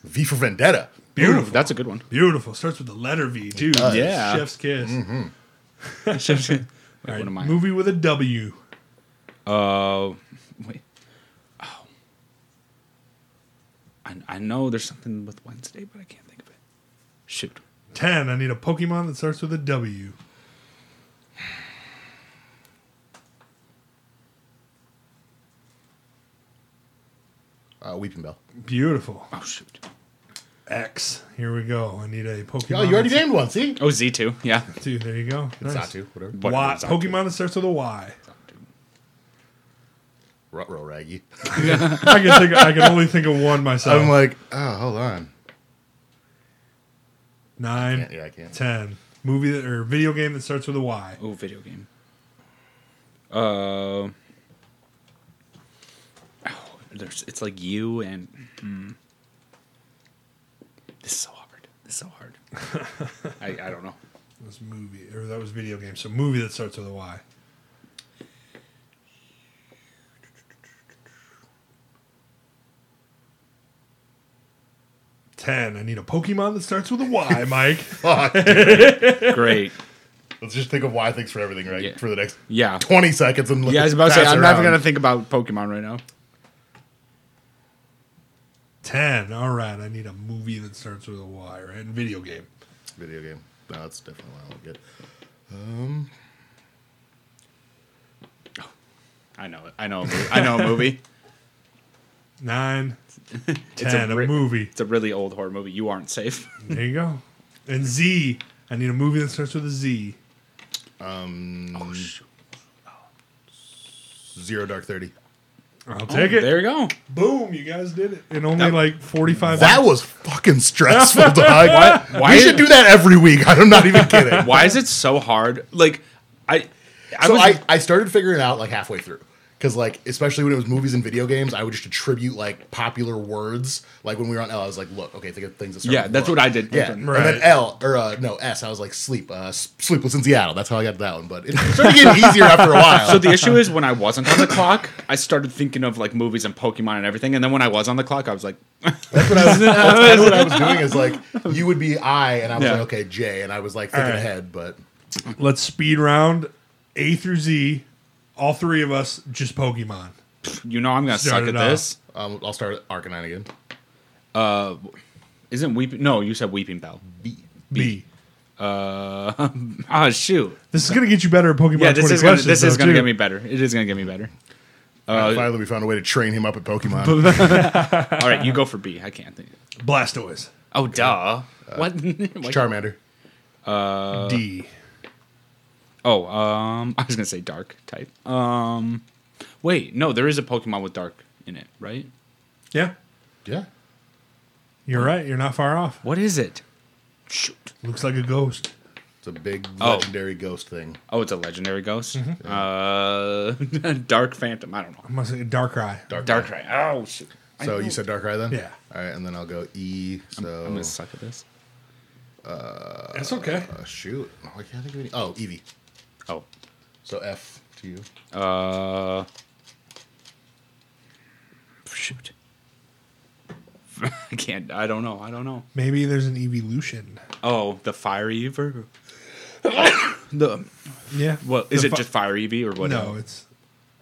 Speaker 3: V for Vendetta.
Speaker 1: Beautiful.
Speaker 2: Ooh, that's a good one.
Speaker 1: Beautiful. Starts with the letter V too.
Speaker 3: does. Mm-hmm.
Speaker 2: Yeah.
Speaker 1: Chef's kiss.
Speaker 2: Wait,
Speaker 1: All
Speaker 2: what
Speaker 1: right,
Speaker 2: am I?
Speaker 1: movie with a W.
Speaker 2: Uh, wait. Oh. I, I know there's something with Wednesday, but I can't think of it. Shoot.
Speaker 1: Ten. I need a Pokemon that starts with a W.
Speaker 3: Uh, Weeping Bell.
Speaker 1: Beautiful.
Speaker 2: Oh, shoot.
Speaker 1: X. Here we go. I need a Pokemon.
Speaker 3: Oh, you already
Speaker 1: that
Speaker 3: named one. See,
Speaker 2: Oh, Z2. Yeah.
Speaker 1: starts- Dude, there you go. Nice.
Speaker 3: Satu, whatever.
Speaker 2: What-
Speaker 1: Y.
Speaker 2: it's not
Speaker 1: Pokemon that starts with a Y.
Speaker 3: Rutro Raggy.
Speaker 1: I can think. I can only think of one myself.
Speaker 3: I'm like, oh, hold on.
Speaker 1: Nine.
Speaker 3: Yeah, yeah, I can't.
Speaker 1: Ten. Movie that, or video game that starts with a Y.
Speaker 2: Oh, video game. Uh, oh, there's it's like you and mm. this is so hard. This is so hard. I, I don't know.
Speaker 1: It was movie, or that was video game. So movie that starts with a Y. Ten. I need a Pokemon that starts with a Y, Mike.
Speaker 3: Fuck.
Speaker 2: Great.
Speaker 3: Let's just think of why things for everything, right?
Speaker 2: Yeah.
Speaker 3: For the next
Speaker 2: Yeah.
Speaker 3: 20 seconds. And
Speaker 2: Yeah, I was about to say
Speaker 3: pass
Speaker 2: I'm
Speaker 3: it
Speaker 2: not
Speaker 3: around.
Speaker 2: even gonna think about Pokemon right now.
Speaker 1: Ten. All right. I need a movie that starts with a Y, right? And video game.
Speaker 3: Video game. No, that's definitely what I don't get.
Speaker 2: I know it. I know. A movie. I know a movie.
Speaker 1: Nine.
Speaker 2: a
Speaker 1: Ten. a
Speaker 2: ri-
Speaker 1: movie.
Speaker 2: It's a really old horror movie. You aren't safe.
Speaker 1: There you go. And Z. I need a movie that starts with a Z.
Speaker 2: Oh, shoot.
Speaker 3: Mm. Zero Dark 30.
Speaker 1: I'll take it.
Speaker 2: Oh, There you go.
Speaker 1: Boom! You guys did it in only like forty-five.
Speaker 3: That
Speaker 1: minutes.
Speaker 3: was fucking stressful, dog.
Speaker 2: why
Speaker 3: we
Speaker 2: is-
Speaker 3: should do that every week. I'm not even kidding.
Speaker 2: Why is it so hard? Like, I, I
Speaker 3: so
Speaker 2: was
Speaker 3: I, I started figuring it out like halfway through. Because, like, especially when it was movies and video games, I would just attribute, like, popular words. Like, when we were on L, I was like, look, okay, think of things that start
Speaker 2: Yeah,
Speaker 3: with
Speaker 2: that's
Speaker 3: look.
Speaker 2: what I did.
Speaker 3: Yeah.
Speaker 2: Right.
Speaker 3: And
Speaker 1: Right.
Speaker 3: then L, or uh, no, S, I was like, sleep. Uh, S- sleepless in Seattle. That's how I got that one. But it started getting easier after a while.
Speaker 2: So the issue is when I wasn't on the clock, I started thinking of like movies and Pokemon and everything, and then when I was on the clock, I was like,
Speaker 3: That's what I was. That's kind of what I was doing. Is like you would be I, and I was
Speaker 2: Yeah.
Speaker 3: like okay J, and I was like thinking
Speaker 1: Alright.
Speaker 3: ahead, but
Speaker 1: Let's speed round A through Z. All three of us just Pokemon.
Speaker 2: you know, I'm gonna
Speaker 1: Start
Speaker 2: suck
Speaker 1: it
Speaker 2: at
Speaker 1: off.
Speaker 2: this.
Speaker 3: um, I'll start at Arcanine again.
Speaker 2: Isn't weeping? No, you said Weeping Bell.
Speaker 3: B.
Speaker 1: B.
Speaker 2: Uh, oh shoot.
Speaker 1: This is gonna get you better at Pokemon.
Speaker 2: Yeah, this
Speaker 1: 20
Speaker 2: is gonna,
Speaker 1: questions,
Speaker 2: this is
Speaker 1: though,
Speaker 2: gonna
Speaker 1: too.
Speaker 2: get me better. It is gonna get me better. Uh,
Speaker 3: Finally, we found a way to train him up at Pokemon.
Speaker 2: All right, you go for B. I can't think.
Speaker 1: Blastoise.
Speaker 2: Oh duh. what? Why-
Speaker 3: Charmander.
Speaker 2: Uh,
Speaker 1: D.
Speaker 2: oh, um, I was gonna say Dark type. Um, wait, no, there is a Pokemon with Dark in it, right?
Speaker 1: Yeah,
Speaker 3: Yeah.
Speaker 1: you're right. You're not far off.
Speaker 2: What is it? Shoot.
Speaker 1: Looks like a ghost.
Speaker 3: It's a big
Speaker 2: Oh.
Speaker 3: legendary ghost thing.
Speaker 2: Oh, it's a legendary ghost. Uh, Dark Phantom. I don't know.
Speaker 1: I'm gonna say Darkrai.
Speaker 2: Dark Ray. Oh shoot.
Speaker 3: So you said Darkrai then?
Speaker 1: Yeah.
Speaker 3: All right, and then I'll go E. So
Speaker 2: I'm gonna suck at this.
Speaker 1: That's okay.
Speaker 3: uh, shoot, I can't I think of any. Oh, Eevee.
Speaker 2: Oh.
Speaker 3: So F to you.
Speaker 2: Uh. Shoot. I can't. I don't know. I don't know.
Speaker 1: Maybe there's an evolution.
Speaker 2: Oh, the Fire Eve or the
Speaker 1: Yeah.
Speaker 2: well? Is
Speaker 1: The
Speaker 2: it
Speaker 1: fu-
Speaker 2: just Fire Eevee or what?
Speaker 1: No, it's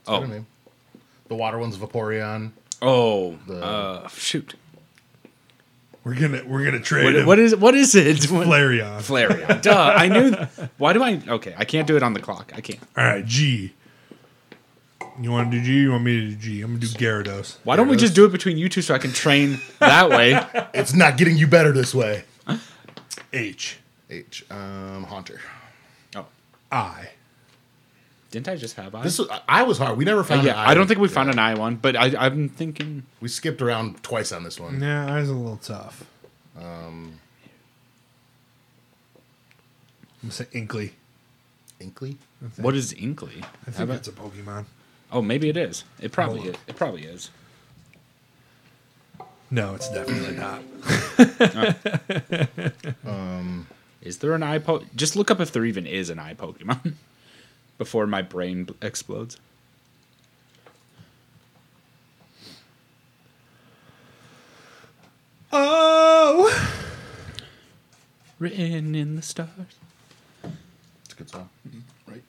Speaker 3: I don't
Speaker 2: Oh.
Speaker 3: know. The water one's Vaporeon.
Speaker 2: Oh.
Speaker 3: The-
Speaker 2: Uh. Shoot.
Speaker 1: we're gonna we're gonna trade
Speaker 2: What,
Speaker 1: him.
Speaker 2: what is what is it? What-
Speaker 1: Flareon?
Speaker 2: Flareon. Duh. I knew. Why do I? Okay. I can't do it on the clock. I can't.
Speaker 1: All right, G. You want to do G? You want me to do G? I'm gonna do Gyarados.
Speaker 2: Why don't we just do it between you two so I can train that way?
Speaker 3: It's not getting you better this way.
Speaker 1: H
Speaker 3: H. Um, Haunter.
Speaker 2: Oh.
Speaker 1: I.
Speaker 2: Didn't I just have eyes?
Speaker 3: This was, I- I was hard. We never found.
Speaker 2: Uh, yeah,
Speaker 3: an
Speaker 2: I, don't think we
Speaker 3: Yeah.
Speaker 2: found an eye one, but I, I'm thinking.
Speaker 3: We skipped around twice on this one.
Speaker 1: Yeah, I's a little tough. Um, I'm gonna say Inkly.
Speaker 3: Inkley?
Speaker 2: What is Inkly?
Speaker 1: I think that's a Pokemon.
Speaker 2: Oh, maybe it is. It probably
Speaker 1: Hold
Speaker 2: is. It probably is.
Speaker 1: No, it's definitely not.
Speaker 2: Is there an eye po? Just look up if there even is an eye Pokemon before my brain bl- explodes.
Speaker 1: Oh,
Speaker 2: Written in the stars.
Speaker 3: It's a good song. Mm-hmm. Right.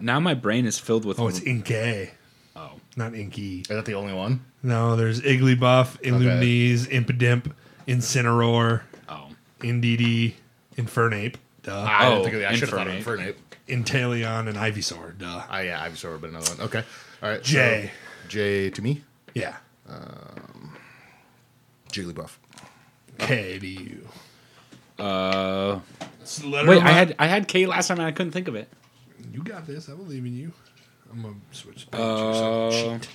Speaker 2: Now my brain is filled with.
Speaker 1: oh, it's Inkay,
Speaker 2: Oh.
Speaker 1: not Inky.
Speaker 3: Is that the only one?
Speaker 1: No, there's Igglybuff, Illumise, Impidimp, Incineroar,
Speaker 2: Oh.
Speaker 1: Indeedee, Infernape, duh,
Speaker 3: I
Speaker 2: Oh,
Speaker 3: didn't think of the, I should have thought of
Speaker 2: Infernape.
Speaker 3: Infernape.
Speaker 1: Inteleon, and Ivysaur, duh.
Speaker 3: Ah, yeah, I've sure been another one. Okay. All right.
Speaker 1: J.
Speaker 3: so J to me.
Speaker 1: Yeah,
Speaker 3: Jigglypuff.
Speaker 1: K to you.
Speaker 2: Uh.
Speaker 1: It's the letter
Speaker 2: Wait,
Speaker 1: of
Speaker 2: I
Speaker 1: my-
Speaker 2: had I had K last time and I couldn't think of it.
Speaker 1: You got this. I believe in you. I'm gonna switch. pages.
Speaker 2: Uh,
Speaker 1: Cheat.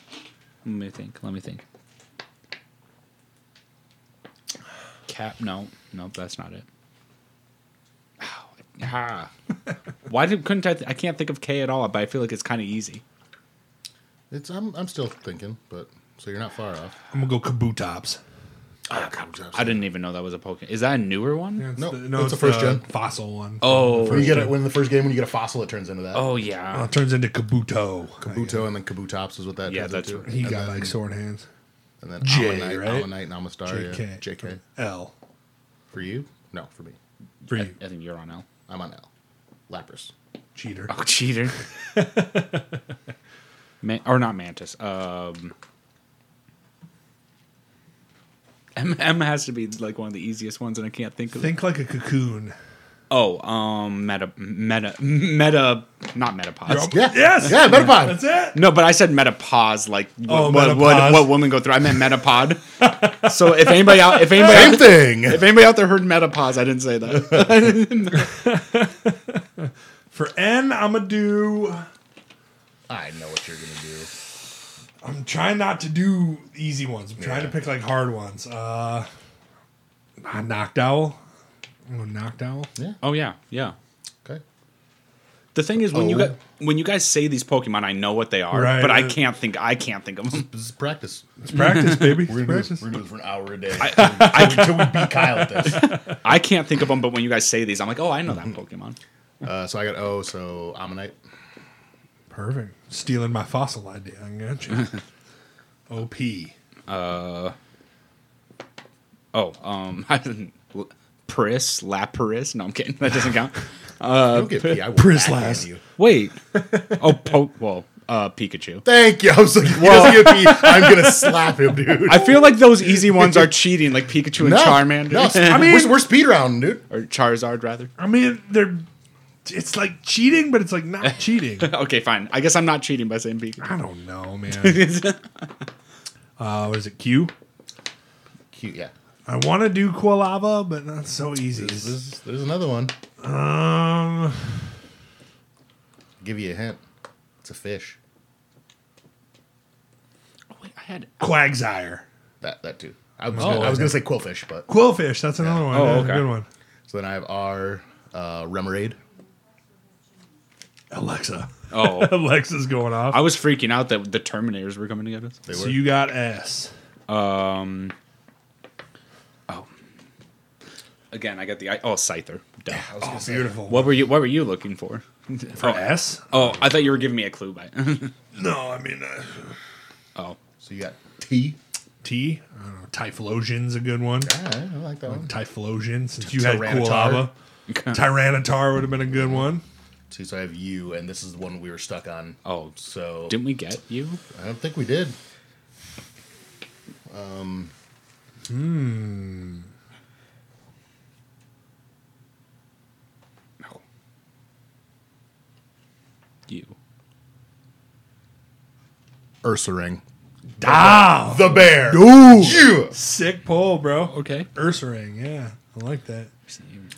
Speaker 2: Let me think. Let me think. Cap? No, no, that's not it. Ow, ah. I Ha. Why did, couldn't I? Th- I can't think of K at all, but I feel like it's kind of easy.
Speaker 3: It's I'm I'm still thinking, but so you're not far off.
Speaker 1: I'm gonna go Kabutops.
Speaker 2: Ah, I didn't even know that was a Pokemon. Is that a newer one?
Speaker 1: it's
Speaker 3: No,
Speaker 1: the-
Speaker 3: it's the first gen.
Speaker 1: fossil one.
Speaker 2: Oh,
Speaker 3: When you get it, when the first game when you get a fossil, it turns into that.
Speaker 2: oh
Speaker 1: Uh,
Speaker 2: yeah.
Speaker 1: it turns into Kabuto.
Speaker 3: Kabuto and then Kabutops is what that.
Speaker 2: Yeah,
Speaker 3: turns
Speaker 2: that's
Speaker 3: into.
Speaker 2: right.
Speaker 1: He
Speaker 3: and
Speaker 1: got
Speaker 3: then,
Speaker 1: like sword hands.
Speaker 3: and then
Speaker 1: J,
Speaker 3: Amonite,
Speaker 1: right?
Speaker 3: Amonite and Amistar.
Speaker 1: JK.
Speaker 3: Yeah. JK
Speaker 1: L.
Speaker 3: for you? No, for me.
Speaker 1: For
Speaker 2: I,
Speaker 1: you,
Speaker 2: I think you're on L.
Speaker 3: I'm on L. Lapras.
Speaker 1: cheater.
Speaker 3: Uh,
Speaker 2: Oh, cheater. Man, or not Mantis. Um, M-, M has to be like one of the easiest ones, and I can't think of. it.
Speaker 1: Think like a cocoon.
Speaker 2: Oh, um, meta, meta, meta, not metapods.
Speaker 3: Yeah.
Speaker 1: Yes!
Speaker 3: Yeah. Metapod.
Speaker 1: That's it.
Speaker 2: No, but I said metapause, like wh-
Speaker 1: Oh,
Speaker 2: what,
Speaker 1: menopause.
Speaker 2: what, what women go through. I meant metapod. so if anybody out, if anybody,
Speaker 3: Same
Speaker 2: out,
Speaker 3: thing.
Speaker 2: if anybody out there heard metapause, I didn't say that.
Speaker 1: For N, I'm gonna do.
Speaker 3: I know what you're gonna do.
Speaker 1: I'm trying not to do easy ones. I'm trying to
Speaker 3: Yeah.
Speaker 1: pick like hard ones. Uh, ah, knocked owl. I'm gonna knocked owl.
Speaker 2: oh yeah, yeah.
Speaker 3: Okay.
Speaker 2: The thing is, when you
Speaker 3: Oh.
Speaker 2: got, when you guys say these Pokemon, I know what they are,
Speaker 1: Right,
Speaker 2: but I
Speaker 1: right.
Speaker 2: can't think. I can't think of them.
Speaker 3: This is practice.
Speaker 1: It's practice, baby. It's
Speaker 3: We're gonna, do this,
Speaker 1: practice.
Speaker 3: we're gonna do this for an hour a day until we beat Kyle at this.
Speaker 2: I can't think of them. But when you guys say these, I'm like, oh, I know that Pokemon.
Speaker 3: Uh, so I got O. So Ammonite.
Speaker 1: Perfect. Stealing my fossil idea. I got you. Op.
Speaker 2: Oh, um, I didn't. Pris, Lapris. No, I'm kidding. That doesn't count.
Speaker 3: you don't get P. I will
Speaker 1: Pris
Speaker 3: backhand
Speaker 1: last.
Speaker 3: You.
Speaker 2: Wait. Oh, po- well, uh, Pikachu.
Speaker 3: Thank you. I was like, if he doesn't get P. I'm gonna slap him, dude.
Speaker 2: I feel like those easy ones are cheating, like Pikachu and Charmander
Speaker 3: No, I mean, we're, we're speed rounding, dude.
Speaker 2: or Charizard rather.
Speaker 1: I mean, they're. It's like cheating, but it's like not cheating.
Speaker 2: Okay, fine. I guess I'm not cheating by saying Pikachu.
Speaker 1: I don't know, man. Uh, what is it? Q.
Speaker 3: Cute, yeah.
Speaker 1: I want to do Quilava, but not so easy.
Speaker 3: There's, there's- there's another one.
Speaker 1: Um,
Speaker 3: Give you a hint. It's a fish.
Speaker 2: oh, wait, I had.
Speaker 1: Quagsire.
Speaker 3: That that too. I was,
Speaker 1: Oh,
Speaker 3: gonna, I was
Speaker 1: okay.
Speaker 3: gonna say quillfish, but
Speaker 1: Quillfish. That's another one.
Speaker 2: Oh,
Speaker 1: yeah,
Speaker 2: okay.
Speaker 1: Good one.
Speaker 3: so then I have R. Uh, Remoraid.
Speaker 1: Alexa.
Speaker 2: Oh,
Speaker 1: Alexa's going off.
Speaker 2: I was freaking out that the Terminators were coming to get us.
Speaker 3: They
Speaker 1: so
Speaker 3: were.
Speaker 1: you got S.
Speaker 2: Again, I got the I- oh Scyther. Duh.
Speaker 1: Oh, beautiful.
Speaker 2: What were you? What were you looking for?
Speaker 1: for S?
Speaker 2: Oh, I thought you were giving me a clue. By
Speaker 1: No, I mean uh,
Speaker 2: oh,
Speaker 3: so you got T.
Speaker 1: T. I don't know. Typhlosion's a good one.
Speaker 3: All right, I like that one.
Speaker 1: Typhlosion. Since you had
Speaker 3: Tyranitar.
Speaker 1: Quilava, Tyranitar would have been a good one.
Speaker 3: See, so I have U, and this is the one we were stuck on.
Speaker 2: oh,
Speaker 3: So
Speaker 2: didn't we get you?
Speaker 3: I don't think we did. Um.
Speaker 2: No. You.
Speaker 3: Ursaring.
Speaker 1: Dow.
Speaker 3: The bear.
Speaker 1: Ooh.
Speaker 3: Yeah.
Speaker 1: Sick poll, bro.
Speaker 2: Okay.
Speaker 1: Ursaring. Yeah, I like that.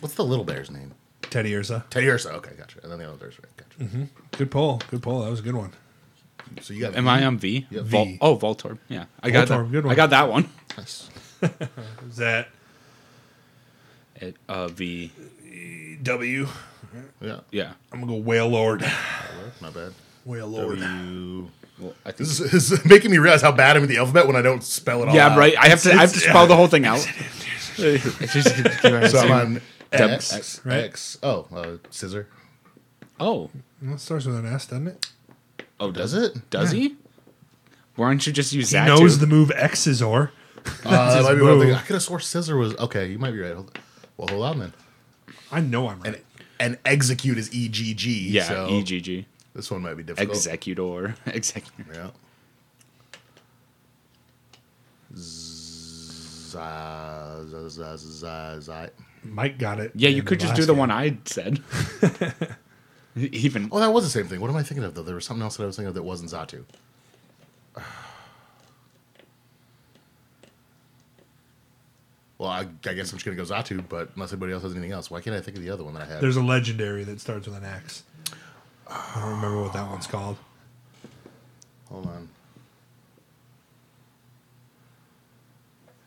Speaker 3: What's the little bear's name?
Speaker 1: Teddy Ursa.
Speaker 3: Teddy Ursa. Okay, gotcha. And then the other Ursaring. Gotcha.
Speaker 1: Good poll. Good poll. That was a good one.
Speaker 3: So you got
Speaker 2: Am I on V?
Speaker 3: Yeah,
Speaker 2: Vol-
Speaker 1: Mm-hmm. V.
Speaker 2: oh, Voltorb. Yeah, I got
Speaker 1: Voltorb,
Speaker 2: that.
Speaker 1: good one.
Speaker 2: I got that one.
Speaker 3: Nice.
Speaker 1: Is that
Speaker 2: It, uh, v.
Speaker 1: W?
Speaker 3: Yeah.
Speaker 2: Yeah.
Speaker 1: I'm gonna go Whale Lord.
Speaker 3: My bad.
Speaker 1: Whale Lord.
Speaker 3: You.
Speaker 2: Well, I think.
Speaker 3: This is, this is making me realize how bad I'm at the alphabet when I don't spell it all.
Speaker 2: yeah,
Speaker 3: out.
Speaker 2: right. I have to. I have
Speaker 1: Oh,
Speaker 2: to
Speaker 1: it's-
Speaker 2: spell the whole thing out.
Speaker 3: So I'm on
Speaker 2: X, X,
Speaker 3: X, X,
Speaker 1: right?
Speaker 3: Oh, uh, scissor.
Speaker 2: oh,
Speaker 1: Well, it starts with an S, doesn't it?
Speaker 2: oh, does
Speaker 3: Does
Speaker 2: it?
Speaker 3: it?
Speaker 2: Does he? Why don't you just use
Speaker 1: He
Speaker 2: that?
Speaker 1: knows the move Exizor.
Speaker 3: Uh, that might
Speaker 1: his
Speaker 3: be what I'm
Speaker 1: move.
Speaker 3: thinking. I could have swore scissor was okay. You might be right. Hold, well, hold on then.
Speaker 1: I know I'm right.
Speaker 3: And and execute is E G G.
Speaker 2: yeah.
Speaker 3: so
Speaker 2: EGG.
Speaker 3: This one might be difficult.
Speaker 2: Executor. Executor.
Speaker 3: Yeah. Za- za- za- za- za-
Speaker 1: Mike got it.
Speaker 2: Yeah,
Speaker 1: in
Speaker 2: you could just
Speaker 1: last
Speaker 2: do the
Speaker 1: game.
Speaker 2: one I said. Even
Speaker 3: Oh, that was the same thing. What am I thinking of though? There was something else that I was thinking of that wasn't Zatu. Well, I, I guess I'm just gonna go Zatu, but unless anybody else has anything else, why can't I think of the other one that I had?
Speaker 1: There's a legendary that starts with an X. I don't remember what that one's called.
Speaker 3: Hold on.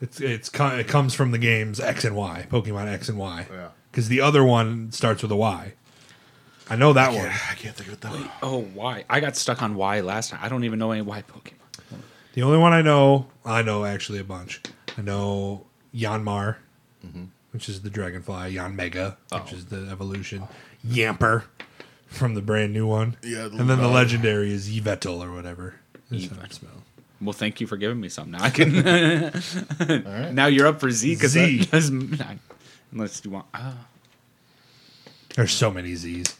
Speaker 1: It's it's co- it comes from the games X and Y, Pokemon X and Y.
Speaker 3: Yeah.
Speaker 1: Because the other one starts with a Y. I know that one.
Speaker 3: I can't think of it though.
Speaker 2: Oh, why? I got stuck on why last time. I don't even know any why Pokemon.
Speaker 1: The only one I know, I know actually a bunch. I know Yanmar,
Speaker 3: Mm-hmm.
Speaker 1: which is the dragonfly, Yan Mega,
Speaker 3: Oh.
Speaker 1: which is the evolution, Yamper from the brand new one.
Speaker 3: Yeah, the
Speaker 1: and then the
Speaker 3: dog.
Speaker 1: legendary is Yvetal or whatever. That's how it's spelled.
Speaker 2: Well, thank you for giving me some. Now I can. Now you're up for Z because
Speaker 1: Z.
Speaker 2: unless you want. Uh,
Speaker 1: There's so many Z's.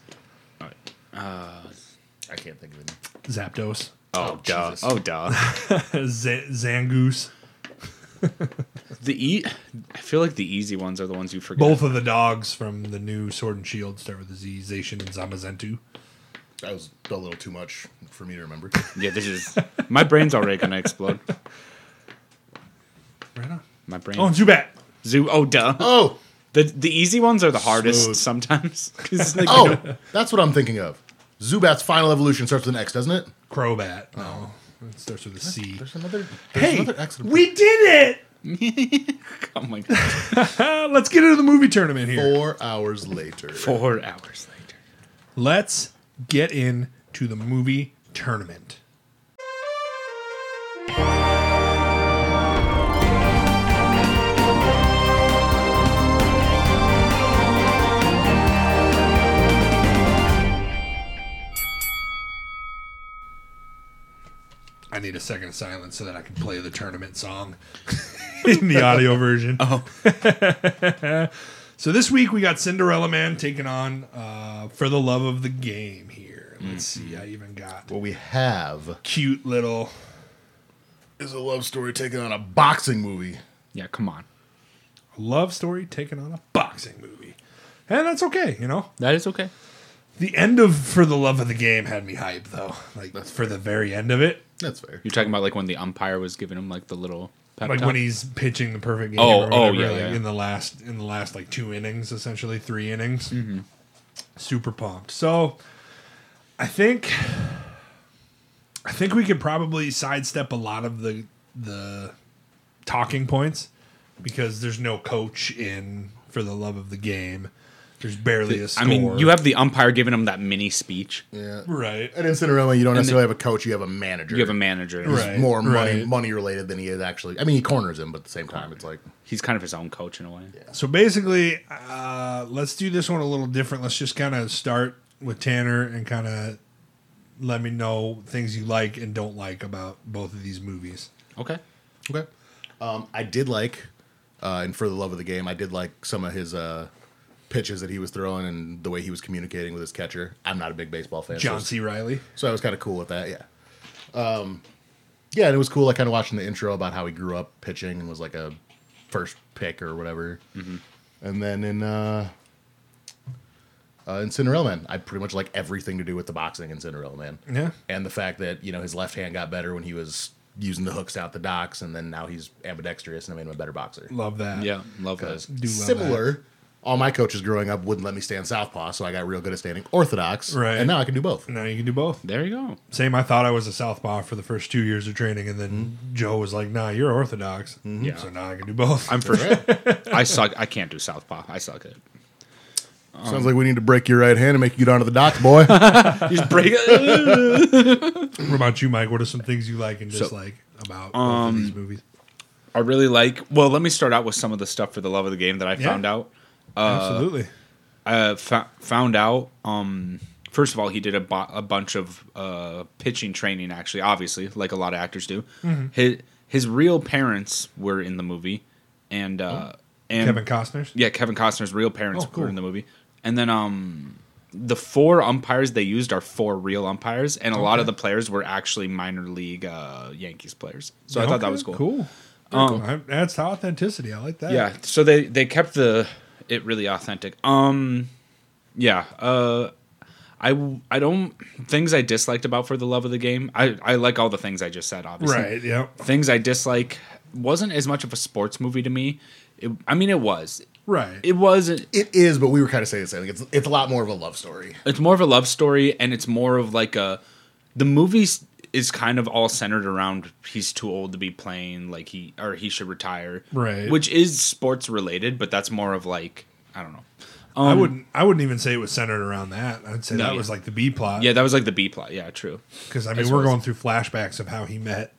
Speaker 2: uh,
Speaker 3: I can't think of it.
Speaker 1: Zapdos,
Speaker 2: oh, duh.
Speaker 3: Jesus.
Speaker 2: Oh duh.
Speaker 1: Z- Zangoose.
Speaker 2: The e. I feel like the easy ones are the ones you forget.
Speaker 1: Both of the dogs from the new Sword and Shield start with a Z. Zacian and Zamazentu.
Speaker 3: That was a little too much for me to remember.
Speaker 2: Yeah, this is my brain's already gonna explode.
Speaker 1: Right on.
Speaker 2: My brain.
Speaker 1: Oh, and Zubat.
Speaker 2: Zoo. Oh duh.
Speaker 3: oh,
Speaker 2: The the easy ones are the hardest
Speaker 3: Smooth.
Speaker 2: sometimes. 'Cause, like,
Speaker 3: oh, that's what I'm thinking of. Zubat's final evolution starts with an X, doesn't it?
Speaker 1: Crobat. No, it starts with a C.
Speaker 3: Oh. There's another. There's
Speaker 1: Hey,
Speaker 3: another X.
Speaker 1: we did it!
Speaker 2: oh my god.
Speaker 1: Uh, let's get into the movie tournament here.
Speaker 3: Four hours later.
Speaker 2: Four hours later.
Speaker 1: Let's get in to the movie tournament. I need a second of silence so that I can play the tournament song in the audio version.
Speaker 2: Oh.
Speaker 1: So this week we got Cinderella Man taking on uh, For the Love of the Game here. Let's
Speaker 3: Mm-hmm.
Speaker 1: see, I even got
Speaker 3: What we have
Speaker 1: cute little.
Speaker 3: is a love story taken on a boxing movie.
Speaker 2: Yeah, come on.
Speaker 1: love story taken on a boxing movie. And that's okay, you know.
Speaker 2: That is okay.
Speaker 1: The end of For the Love of the Game had me hype though. Like for the very end of it.
Speaker 3: That's fair.
Speaker 2: You're talking about like when the umpire was giving him like the little pep
Speaker 1: Like
Speaker 2: talk?
Speaker 1: when he's pitching the perfect game
Speaker 2: Oh,
Speaker 1: or
Speaker 2: oh,
Speaker 1: whatever,
Speaker 2: yeah,
Speaker 1: like,
Speaker 2: yeah.
Speaker 1: in the last in the last like two innings, essentially, three innings.
Speaker 2: Mm-hmm.
Speaker 1: Super pumped. So I think I think we could probably sidestep a lot of the the talking points because there's no coach in for the love of the game. There's barely a score.
Speaker 2: I mean, you have the umpire giving him that mini speech.
Speaker 3: Yeah.
Speaker 1: right.
Speaker 3: And in Cinderella, you don't necessarily have a coach; you have a manager.
Speaker 2: You have a manager.
Speaker 1: Right.
Speaker 3: It's more money
Speaker 1: right.
Speaker 3: money related than he is actually. I mean, he corners him, but at the same time, it's like
Speaker 2: He's kind of his own coach in a way.
Speaker 1: So basically, uh, let's do this one a little different. Let's just kind of start with Tanner and kind of let me know things you like and don't like about both of these movies.
Speaker 2: Okay.
Speaker 3: okay. Um, I did like, uh, and for the love of the game, I did like some of his uh, pitches that he was throwing and the way he was communicating with his catcher. I'm not a big baseball fan, so-
Speaker 1: John C. Riley.
Speaker 3: so I was kind of cool with that. Yeah. Um, yeah, and it was cool. I kind of watched in the intro about how he grew up pitching and was like a first pick or whatever.
Speaker 1: Mm-hmm.
Speaker 3: And then in uh, uh, in Cinderella Man, I pretty much like everything to do with the boxing in Cinderella Man.
Speaker 1: Yeah.
Speaker 3: And the fact that you know his left hand got better when he was using the hooks out the docks, and then now he's ambidextrous and I made him a better boxer.
Speaker 1: Love that.
Speaker 2: Yeah, love that.
Speaker 3: Because
Speaker 1: love
Speaker 3: similar, all my coaches growing up wouldn't let me stand southpaw, so I got real good at standing orthodox.
Speaker 1: Right.
Speaker 3: And now I can do both.
Speaker 1: Now you can do both.
Speaker 2: There you go.
Speaker 1: Same, I thought I was a southpaw for the first two years of training, and then Joe was like, "Nah, you're orthodox."
Speaker 2: Mm-hmm. Yeah.
Speaker 1: So now I can do both.
Speaker 2: I'm for sure. I suck. I can't do southpaw. I suck at it.
Speaker 3: Sounds like we need to break your right hand and make you get onto the docks, boy.
Speaker 2: Just break it.
Speaker 1: what about you, Mike? What are some things you like and dislike about
Speaker 2: um,
Speaker 1: both of these movies?
Speaker 2: I really like. Well, let me start out with some of the stuff for the love of the game that I
Speaker 1: Yeah.
Speaker 2: found out.
Speaker 1: Absolutely.
Speaker 2: uh, fo- found out. Um, first of all, he did a, bo- a bunch of uh, pitching training. Actually, obviously, like a lot of actors do.
Speaker 1: Mm-hmm.
Speaker 2: His his real parents were in the movie, and uh, and
Speaker 1: Oh. Kevin Costner's.
Speaker 2: yeah, Kevin Costner's real parents
Speaker 1: Oh, cool.
Speaker 2: were in the movie, and then um, the four umpires they used are four real umpires, and a lot of the players were actually minor league uh, Yankees players. So I thought that
Speaker 1: Okay,
Speaker 2: was cool.
Speaker 1: Cool. Very cool. I- That's authenticity. I like that.
Speaker 2: Yeah, so they they kept the it really authentic. Um yeah, uh I w- I don't things I disliked about for the love of the game. I I like all the things I just said obviously.
Speaker 1: Right. Yeah.
Speaker 2: Things I dislike wasn't as much of a sports movie to me. It, I mean it was.
Speaker 1: Right.
Speaker 2: It wasn't
Speaker 3: it is, but we were kind of saying the same. Like it's it's a lot more of a love story.
Speaker 2: it's more of a love story and it's more of like a the movies is kind of all centered around he's too old to be playing, like he or he should retire,
Speaker 1: Right.
Speaker 2: Which is sports related, but that's more of like I don't know. Um,
Speaker 1: I wouldn't. I wouldn't even say it was centered around that. I'd say
Speaker 2: No,
Speaker 1: that
Speaker 2: yeah.
Speaker 1: was like the B plot.
Speaker 2: Yeah, that was like the B plot. Yeah, true.
Speaker 1: because I
Speaker 2: I
Speaker 1: mean we're
Speaker 2: suppose.
Speaker 1: going through flashbacks of how he met.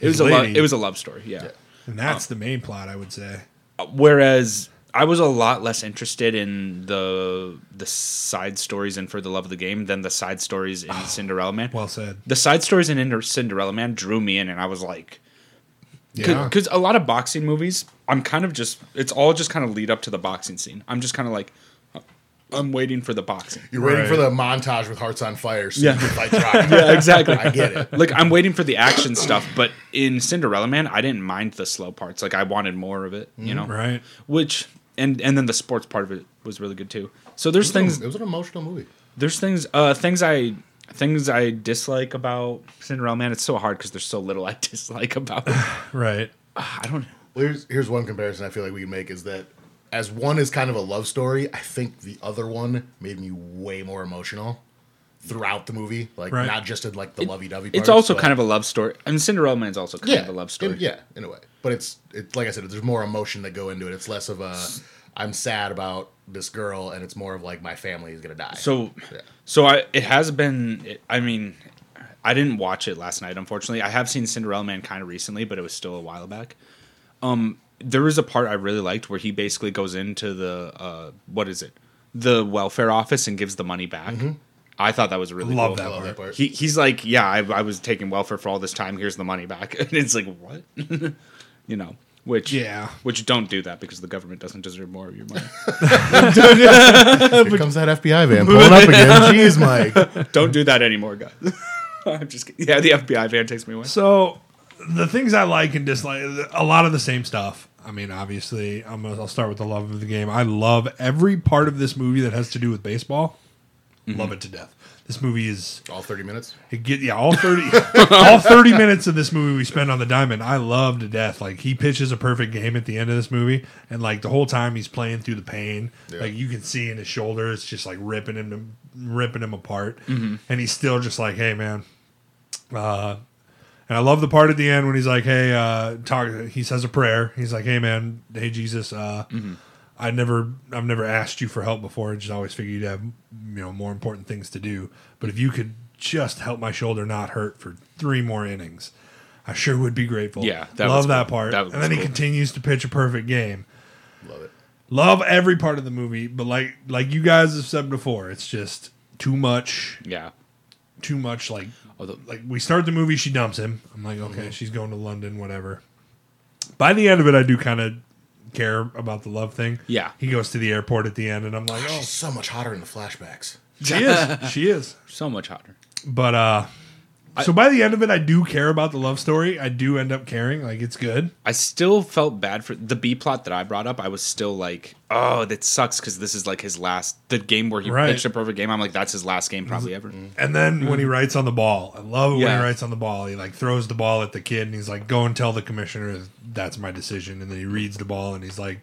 Speaker 2: It was a love. It was a love story. Yeah.
Speaker 1: and that's the main plot. I would say.
Speaker 2: Uh, Whereas I was a lot less interested in the the side stories in For the Love of the Game than the side stories in Cinderella Man.
Speaker 1: Well said.
Speaker 2: the side stories in Inter- Cinderella Man drew me in, and I was like,
Speaker 3: Yeah.
Speaker 2: because a lot of boxing movies, I'm kind of just, it's all just kind of lead up to the boxing scene. I'm just kind of like, I'm waiting for the boxing.
Speaker 3: You're waiting for
Speaker 1: Right.
Speaker 3: the montage with hearts on fire. So
Speaker 2: Yeah.
Speaker 3: you can fight Drago.
Speaker 2: exactly.
Speaker 3: I get it.
Speaker 2: like I'm waiting for the action stuff, but in Cinderella Man, I didn't mind the slow parts. Like I wanted more of it, you
Speaker 3: Mm,
Speaker 2: know.
Speaker 1: Right.
Speaker 2: Which and and then the sports part of it was really good too. So there's things
Speaker 3: It was an emotional movie.
Speaker 2: there's things uh things I things I dislike about Cinderella Man. It's so hard because there's so little I dislike about. it.
Speaker 1: Right.
Speaker 2: I don't.
Speaker 3: Well, here's, here's one comparison I feel like we can make is that as one is kind of a love story, I think the other one made me way more emotional throughout the movie. Like
Speaker 1: Right.
Speaker 3: not just in like the lovey dovey.
Speaker 2: It's also kind of a love story. I mean, Cinderella Man's also kind
Speaker 3: yeah,
Speaker 2: of a love story.
Speaker 3: in- yeah, in a way. But it's it's like I said, there's more emotion that go into it. It's less of a I'm sad about this girl, and it's more of like my family is gonna die.
Speaker 2: So,
Speaker 3: Yeah.
Speaker 2: so I it has been. It, I mean, I didn't watch it last night. Unfortunately, I have seen Cinderella Man kind of recently, but it was still a while back. Um, there is a part I really liked where he basically goes into the uh, what is it, the welfare office and gives the money back. I thought that was really
Speaker 1: Mm-hmm. Love
Speaker 2: cool.
Speaker 1: that
Speaker 3: I love that part.
Speaker 2: He, he's like, yeah, I, I was taking welfare for all this time. Here's the money back, and it's like, what, you know? Which
Speaker 1: Yeah.
Speaker 2: which don't do that because the government doesn't deserve more of your money.
Speaker 3: Here comes that FBI van pulling up again. Jeez, Mike.
Speaker 2: Don't do that anymore, guys. I'm just kidding. Yeah, the FBI van takes me away.
Speaker 1: So the things I like and dislike, a lot of the same stuff. I mean, obviously, I'm gonna, I'll start with the love of the game. I love every part of this movie that has to do with baseball.
Speaker 2: Mm-hmm.
Speaker 1: Love it to death. This movie is
Speaker 3: All thirty minutes.
Speaker 1: it get yeah all thirty all thirty minutes of this movie we spend on the diamond. I love to death. Like he pitches a perfect game at the end of this movie, and like the whole time he's playing through the pain. Like you can see in his shoulder, it's just like ripping him ripping him apart, and he's still just like, hey man, and I love the part at the end when he's like, "Hey, uh, talk." He says a prayer. He's like, "Hey, man, hey Jesus, uh, I never, I've never asked you for help before. I just always figured you'd have, you know, more important things to do. But if you could just help my shoulder not hurt for three more innings, I sure would be grateful.
Speaker 2: Yeah, that
Speaker 1: love
Speaker 2: was
Speaker 1: that
Speaker 2: cool.
Speaker 1: part.
Speaker 2: That was
Speaker 1: and then he
Speaker 2: cool.
Speaker 1: continues to pitch a perfect game.
Speaker 3: Love it.
Speaker 1: Love every part of the movie, but like, like you guys have said before, it's just too much
Speaker 2: Yeah.
Speaker 1: too much like
Speaker 2: Although-
Speaker 1: like we start Oh, the Mm-hmm. movie she dumps him i'm like okay she's going to london whatever by the end of it i do kind of care about the love thing
Speaker 2: Yeah.
Speaker 1: he goes to the airport at the end and i'm like oh
Speaker 3: She's so much hotter in the flashbacks.
Speaker 1: she is she is
Speaker 2: So much hotter.
Speaker 1: but uh so by the end of it i do care about the love story i do end up caring like it's good
Speaker 2: I still felt bad for the B plot that I brought up. I was still like, oh, that sucks because this is like his last, the game where he
Speaker 1: Right.
Speaker 2: pitched a perfect game. I'm like, that's his last game probably ever.
Speaker 1: and then when he writes on the ball i love it when
Speaker 2: Mm-hmm. Yeah.
Speaker 1: he writes on the ball he like throws the ball at the kid and he's like go and tell the commissioner that's my decision and then he reads the ball and he's like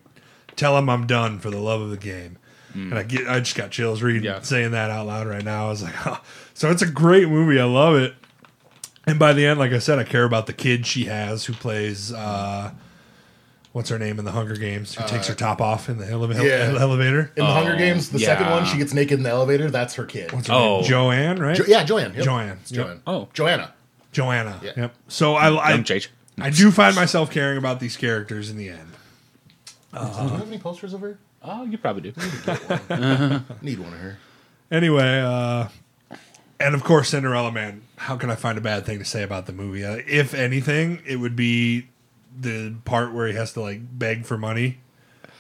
Speaker 1: tell him i'm done for the love of the game and i get i just got chills reading
Speaker 2: Mm. Yeah.
Speaker 1: saying that out loud right now i was like oh. so it's a great movie i love it and by the end like i said i care about the kid she has who plays uh What's her name in the Hunger Games? Who
Speaker 2: Uh,
Speaker 1: takes her top off in the ele-
Speaker 3: yeah.
Speaker 1: elevator?
Speaker 3: In the Hunger Games, the second
Speaker 2: Oh, yeah.
Speaker 3: one, she gets naked in the elevator. That's her kid.
Speaker 1: What's her name?
Speaker 2: Oh.
Speaker 1: Joanne, right?
Speaker 3: Jo- yeah, Joanne. Yep.
Speaker 1: Joanne.
Speaker 3: It's
Speaker 1: Yep.
Speaker 3: Joanne.
Speaker 2: Oh.
Speaker 3: Joanna.
Speaker 1: Joanna.
Speaker 3: Yeah.
Speaker 1: Yep. So I, I
Speaker 2: Young Jake.
Speaker 1: I do find myself caring about these characters in the end. Uh-huh.
Speaker 3: Do you have any posters of her?
Speaker 2: Oh, you probably do.
Speaker 3: Need one of her.
Speaker 1: Anyway, uh, and of course, Cinderella Man. How can I find a bad thing to say about the movie? Uh, if anything, it would be the part where he has to like beg for money.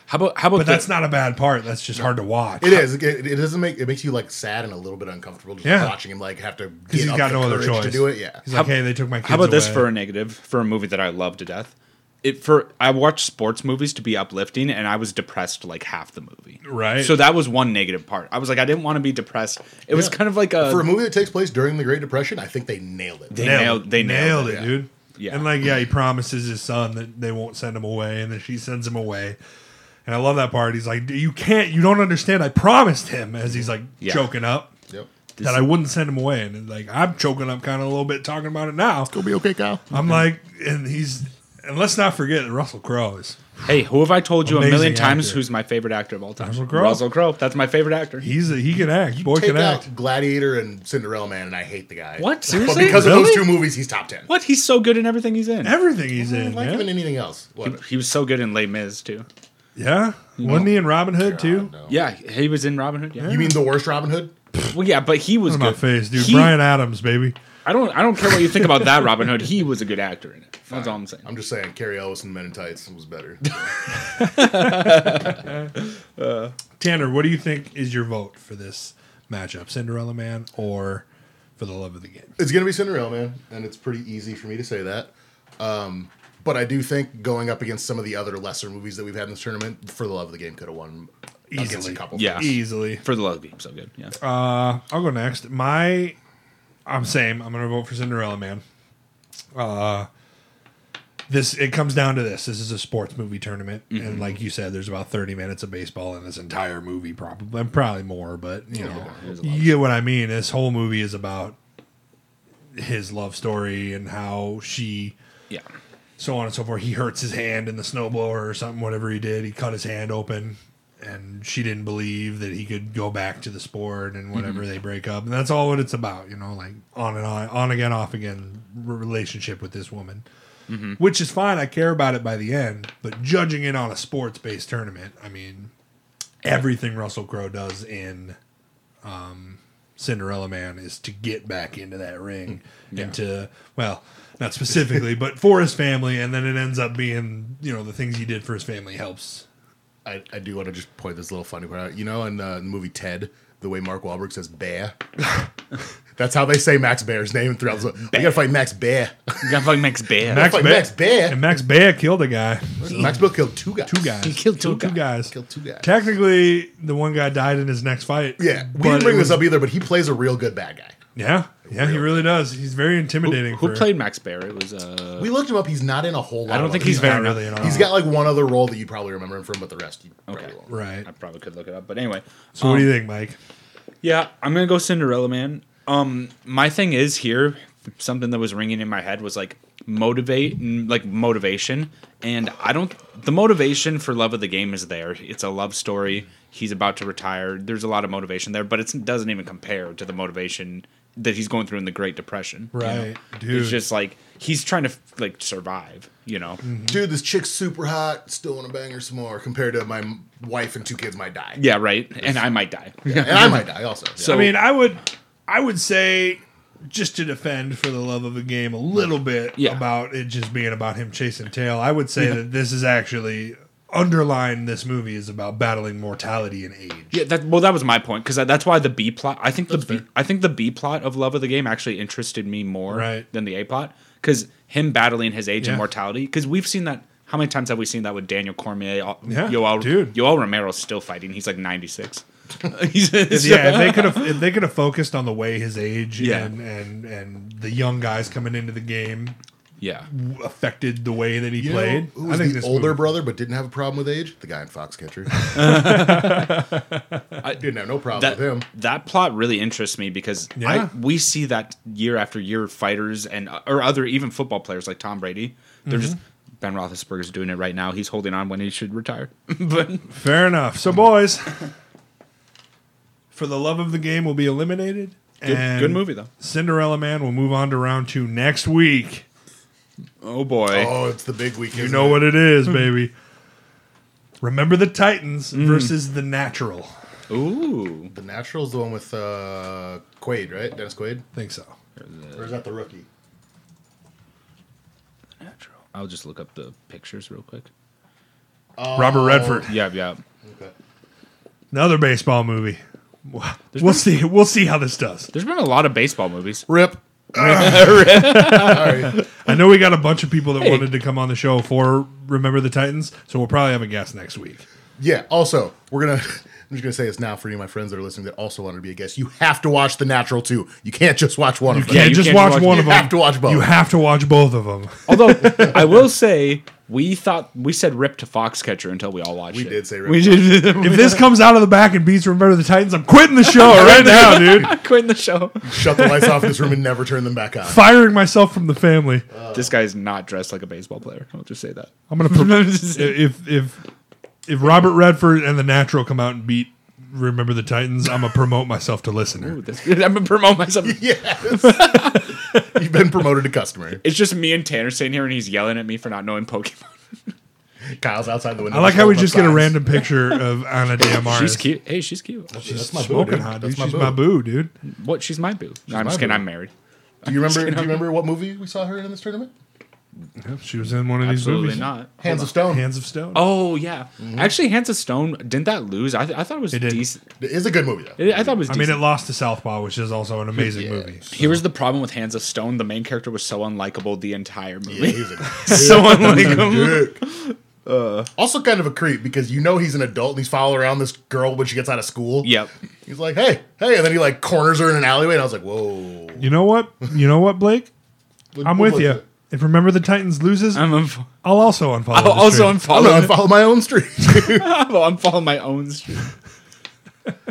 Speaker 2: How about, how about,
Speaker 1: But that's
Speaker 2: the-
Speaker 1: not a bad part. That's just hard to watch.
Speaker 3: It is. It, it doesn't make. It makes you like sad and a little bit uncomfortable just
Speaker 1: Yeah.
Speaker 3: watching him like have to
Speaker 1: because
Speaker 3: get
Speaker 1: he's
Speaker 3: up
Speaker 1: got
Speaker 3: the
Speaker 1: no other
Speaker 3: courage
Speaker 1: choice
Speaker 3: to do it. Yeah.
Speaker 1: He's like, hey, they took my. Kids
Speaker 2: how about this
Speaker 1: away."
Speaker 2: for a negative for a movie that I love to death? It for I watch sports movies to be uplifting, and I was depressed like half the movie.
Speaker 1: Right.
Speaker 2: So that was one negative part. I was like, I didn't want to be depressed. It was
Speaker 3: Yeah.
Speaker 2: kind of like a
Speaker 3: For a movie that takes place during the Great Depression, I think they nailed it.
Speaker 2: Uh, They nailed- they nailed
Speaker 1: it,
Speaker 3: it, yeah.
Speaker 1: dude.
Speaker 2: Yeah.
Speaker 1: And like, yeah, he promises his son that they won't send him away, and then she sends him away. And I love that part. He's like, "You can't, you don't understand. I promised him." As he's like
Speaker 2: Yeah.
Speaker 1: choking up,
Speaker 3: yep.
Speaker 1: that I wouldn't send him away. And like I'm choking up kind of a little bit talking about it now.
Speaker 3: It'll be okay, Kyle.
Speaker 1: I'm like, and he's and let's not forget that Russell Crowe is
Speaker 2: Hey, who have I told you a
Speaker 1: Amazing
Speaker 2: million times
Speaker 1: actor.
Speaker 2: who's my favorite actor of all time?
Speaker 1: Russell Crowe.
Speaker 2: Russell Crowe. That's my favorite actor.
Speaker 1: he's a, he can act, boy
Speaker 3: Take
Speaker 1: can act.
Speaker 3: out Gladiator and Cinderella Man, and I hate the guy.
Speaker 2: What?
Speaker 3: But
Speaker 2: Seriously?
Speaker 3: because of those
Speaker 1: Really?
Speaker 3: two movies, he's top ten.
Speaker 2: What? He's so good in everything he's in.
Speaker 1: Everything he's
Speaker 3: I
Speaker 1: in,
Speaker 3: don't like him in
Speaker 1: yeah.
Speaker 3: anything else. What?
Speaker 2: He was so good in Les Mis too.
Speaker 1: yeah. Wasn't he in Robin Hood too?
Speaker 3: No.
Speaker 2: Yeah, he was in Robin Hood. Yeah.
Speaker 3: You mean the worst Robin Hood?
Speaker 2: Well, yeah, but he was
Speaker 1: In my
Speaker 2: good.
Speaker 1: face, dude.
Speaker 2: He-
Speaker 1: Brian Adams, baby.
Speaker 2: I don't. I don't care what you think about that Robin Hood. He was a good actor in it. That's all I'm saying.
Speaker 3: I'm just saying, Carrie Ellis and Men in Tights was better.
Speaker 1: Tanner, what do you think is your vote for this matchup, Cinderella Man or For the Love of the Game?
Speaker 3: it's gonna be Cinderella Man, and it's pretty easy for me to say that. Um, but I do think going up against some of the other lesser movies that we've had in this tournament, for the love of the game, could have won against a
Speaker 1: Easily.
Speaker 3: couple.
Speaker 2: Yeah.
Speaker 1: Easily.
Speaker 2: For the love of being so good. Yeah.
Speaker 1: Uh, I'll go next. My, I'm same. I'm gonna vote for Cinderella Man. Uh, this it comes down to this. This is a sports movie tournament,
Speaker 2: Mm-hmm.
Speaker 1: and like you said, there's about 30 minutes of baseball in this entire movie, probably and probably more. But you know,
Speaker 2: there's a lot
Speaker 1: you get what I mean. This whole movie is about his love story and how she
Speaker 2: Yeah.
Speaker 1: so on and so forth. He hurts his hand in the snowblower or something, whatever he did. He cut his hand open, and she didn't believe that he could go back to the sport and whatever they break up. And that's all what it's about, you know, like on and on, on again, off again r- relationship with this woman, which is fine. I care about it by the end, but judging it on a sports based tournament, I mean, everything Russell Crowe does in. Um, Cinderella Man is to get back into that ring and to well, not specifically, but for his family, and then it ends up being you know the things he did for his family helps
Speaker 3: I, I do want to just point this little funny part out. You know, in uh, the movie Ted, the way Mark Wahlberg says "bear," that's how they say Max Bear's name throughout. The, I gotta fight Max Bear.
Speaker 2: You got fucking Max Bear.
Speaker 1: Max
Speaker 3: Fuck,
Speaker 1: Baer.
Speaker 3: Max Baer.
Speaker 1: And Max Baer killed a guy.
Speaker 3: Max Bill killed two guys.
Speaker 1: Two guys.
Speaker 2: He killed two
Speaker 1: guys.
Speaker 3: Killed two guys.
Speaker 1: Technically, the one guy died in his next fight.
Speaker 3: Yeah, we
Speaker 1: But
Speaker 3: didn't bring
Speaker 1: it was-
Speaker 3: this up either, but he plays a real good bad guy.
Speaker 1: Yeah. Yeah, he really does. He's very intimidating.
Speaker 2: Who
Speaker 1: for-
Speaker 2: played Max Bear? It was. Uh,
Speaker 3: We looked him up. He's not in a whole lot.
Speaker 2: I don't
Speaker 3: of
Speaker 2: think
Speaker 3: other
Speaker 2: he's
Speaker 1: He's
Speaker 3: stuff.
Speaker 1: not
Speaker 2: very.
Speaker 1: really in all.
Speaker 3: He's got like one other role that you probably remember him from, but the rest you probably
Speaker 2: Okay.
Speaker 3: won't.
Speaker 1: Right.
Speaker 2: I probably could look it up, but anyway.
Speaker 1: So what do you think, Mike?
Speaker 2: Yeah, I'm gonna go Cinderella Man. Um, my thing is here, something that was ringing in my head was like motivate, n- like motivation, and I don't. The motivation for love of the game is there. It's a love story. He's about to retire. There's a lot of motivation there, but it doesn't even compare to the motivation that he's going through in the Great Depression. you know?
Speaker 1: Right, dude.
Speaker 2: It's just like he's trying to like survive. You know.
Speaker 1: Mm-hmm.
Speaker 3: Dude, this chick's super hot. Still want to bang her some more. Compared to my m- wife and two kids might die.
Speaker 2: Yeah. Right. And I might die.
Speaker 3: and I might die also.
Speaker 2: So
Speaker 1: I mean, I would I would say just to defend for the love of the game a little bit
Speaker 2: Yeah.
Speaker 1: about it just being about him chasing tail. I would say that this is actually underlying this movie is about battling mortality and age.
Speaker 2: Yeah, that well, that was my point because that's why the B plot. I think the B, I think the B plot of Love of the Game actually interested me more
Speaker 1: Right.
Speaker 2: than the A plot because him battling his age
Speaker 1: Yeah.
Speaker 2: and mortality. Because we've seen that. How many times have we seen that with Daniel Cormier? All-
Speaker 1: Yeah,
Speaker 2: Yoel,
Speaker 1: dude.
Speaker 2: Yoel Romero's still fighting. He's like ninety six. He's
Speaker 1: yeah, if they could have if they could have focused on the way his age
Speaker 2: Yeah.
Speaker 1: and and and the young guys coming into the game
Speaker 2: yeah.
Speaker 1: affected the way that he
Speaker 3: You know
Speaker 1: played.
Speaker 3: who was the older
Speaker 1: movie-
Speaker 3: brother but didn't have a problem with age? The guy in Foxcatcher. I didn't have no problem
Speaker 2: That,
Speaker 3: with him.
Speaker 2: that plot really interests me because
Speaker 1: Yeah.
Speaker 2: I, we see that year after year fighters and uh, or other even football players like Tom Brady. They're just
Speaker 1: Mm-hmm.
Speaker 2: Ben Roethlisberger's doing it right now. He's holding on when he should retire. but
Speaker 1: Fair enough. So boys, for the love of the game will be eliminated.
Speaker 2: good, good movie though.
Speaker 1: Cinderella Man will move on to round two next week.
Speaker 2: Oh boy.
Speaker 3: Oh, it's the big week.
Speaker 1: You know what it is, baby. Remember the Titans
Speaker 2: Mm.
Speaker 1: versus the Natural.
Speaker 2: Oh. Ooh.
Speaker 3: The Natural's the one with uh, Quaid, right? Dennis Quaid?
Speaker 1: think so.
Speaker 3: Or is that the rookie?
Speaker 2: Natural. I'll just look up the pictures real quick.
Speaker 1: Robert Redford,
Speaker 2: Yeah, yeah.
Speaker 3: Okay.
Speaker 1: another baseball movie. We'll we'll see. We'll see how this does.
Speaker 2: There's been a lot of baseball movies.
Speaker 3: Rip. Sorry.
Speaker 1: I know we got a bunch of people that
Speaker 2: Hey.
Speaker 1: wanted to come on the show for Remember the Titans, so we'll probably have a guest next week.
Speaker 3: Yeah. Also, we're gonna. I'm just gonna say this now for any of my friends that are listening that also wanted to be a guest. You have to watch The Natural too. You can't just watch one of them.
Speaker 1: Can't
Speaker 2: you
Speaker 1: just
Speaker 2: can't
Speaker 1: watch,
Speaker 2: watch-
Speaker 1: one
Speaker 3: You
Speaker 1: of them.
Speaker 3: have to watch both.
Speaker 1: You have to watch both of them.
Speaker 2: Although I will say We thought we said rip to Foxcatcher until we all watched
Speaker 3: We
Speaker 2: it.
Speaker 3: did say rip
Speaker 2: we
Speaker 3: to
Speaker 2: did.
Speaker 1: If this comes out of the back and beats Remember the Titans, I'm quitting the show right now, dude.
Speaker 2: Quitting the show.
Speaker 3: Shut the lights off in this room and never turn them back on.
Speaker 1: Firing myself from the family.
Speaker 2: This guy's not dressed like a baseball player. I'll just say that.
Speaker 1: I'm gonna pro- if if if Robert Redford and The Natural come out and beat Remember the Titans, I'm gonna promote myself to listener.
Speaker 2: Ooh, that's good. I'm gonna promote myself.
Speaker 3: Yes. You've been promoted to customer.
Speaker 2: It's just me and Tanner sitting here, and he's yelling at me for not knowing Pokemon.
Speaker 3: Kyle's outside the window.
Speaker 1: I like how we
Speaker 3: Twelve
Speaker 1: just get a
Speaker 3: signs.
Speaker 1: random picture of Anna Diamara.
Speaker 2: She's cute. Hey, she's cute.
Speaker 3: That's my boo,
Speaker 1: Smoking
Speaker 3: dude.
Speaker 1: hot, dude.
Speaker 3: That's
Speaker 1: She's my boo, dude.
Speaker 2: Oh, What? She's my boo. No, I'm
Speaker 3: my
Speaker 2: just kidding.
Speaker 3: boo.
Speaker 2: I'm married.
Speaker 3: Do you remember? Do you remember what movie we saw her in this tournament?
Speaker 1: Yep, she was in one of these
Speaker 2: Absolutely
Speaker 1: movies.
Speaker 2: not.
Speaker 3: Hands of Stone.
Speaker 1: Hands of Stone.
Speaker 2: Oh yeah, actually, Hands of Stone didn't that lose? I, th- I thought it was
Speaker 1: It did.
Speaker 2: decent.
Speaker 3: It is a good movie though.
Speaker 2: I I thought it was.
Speaker 1: I mean,
Speaker 2: decent.
Speaker 1: it lost to Southpaw, which is also an amazing
Speaker 3: Yeah.
Speaker 1: movie.
Speaker 2: Here was the problem with Hands of Stone. The main character was so unlikable the entire
Speaker 3: Yeah,
Speaker 2: movie.
Speaker 3: he's a
Speaker 2: so unlikable.
Speaker 3: dick. Uh, also, kind of a creep because you know he's an adult and he's following around this girl when she gets out of school.
Speaker 2: Yep.
Speaker 3: He's like, hey, hey, and then he like corners her in an alleyway, and I was like, whoa.
Speaker 1: You know what? You know what, Blake? I'm
Speaker 3: What
Speaker 1: with
Speaker 3: was
Speaker 1: you.
Speaker 3: it?
Speaker 1: If Remember the Titans loses, i
Speaker 2: I'm unf-
Speaker 1: will also unfollow.
Speaker 2: I'll
Speaker 1: this
Speaker 2: Oh, also
Speaker 1: stream.
Speaker 3: I'm
Speaker 2: unfollow.
Speaker 3: gonna follow my own street.
Speaker 2: I'm following my own. stream.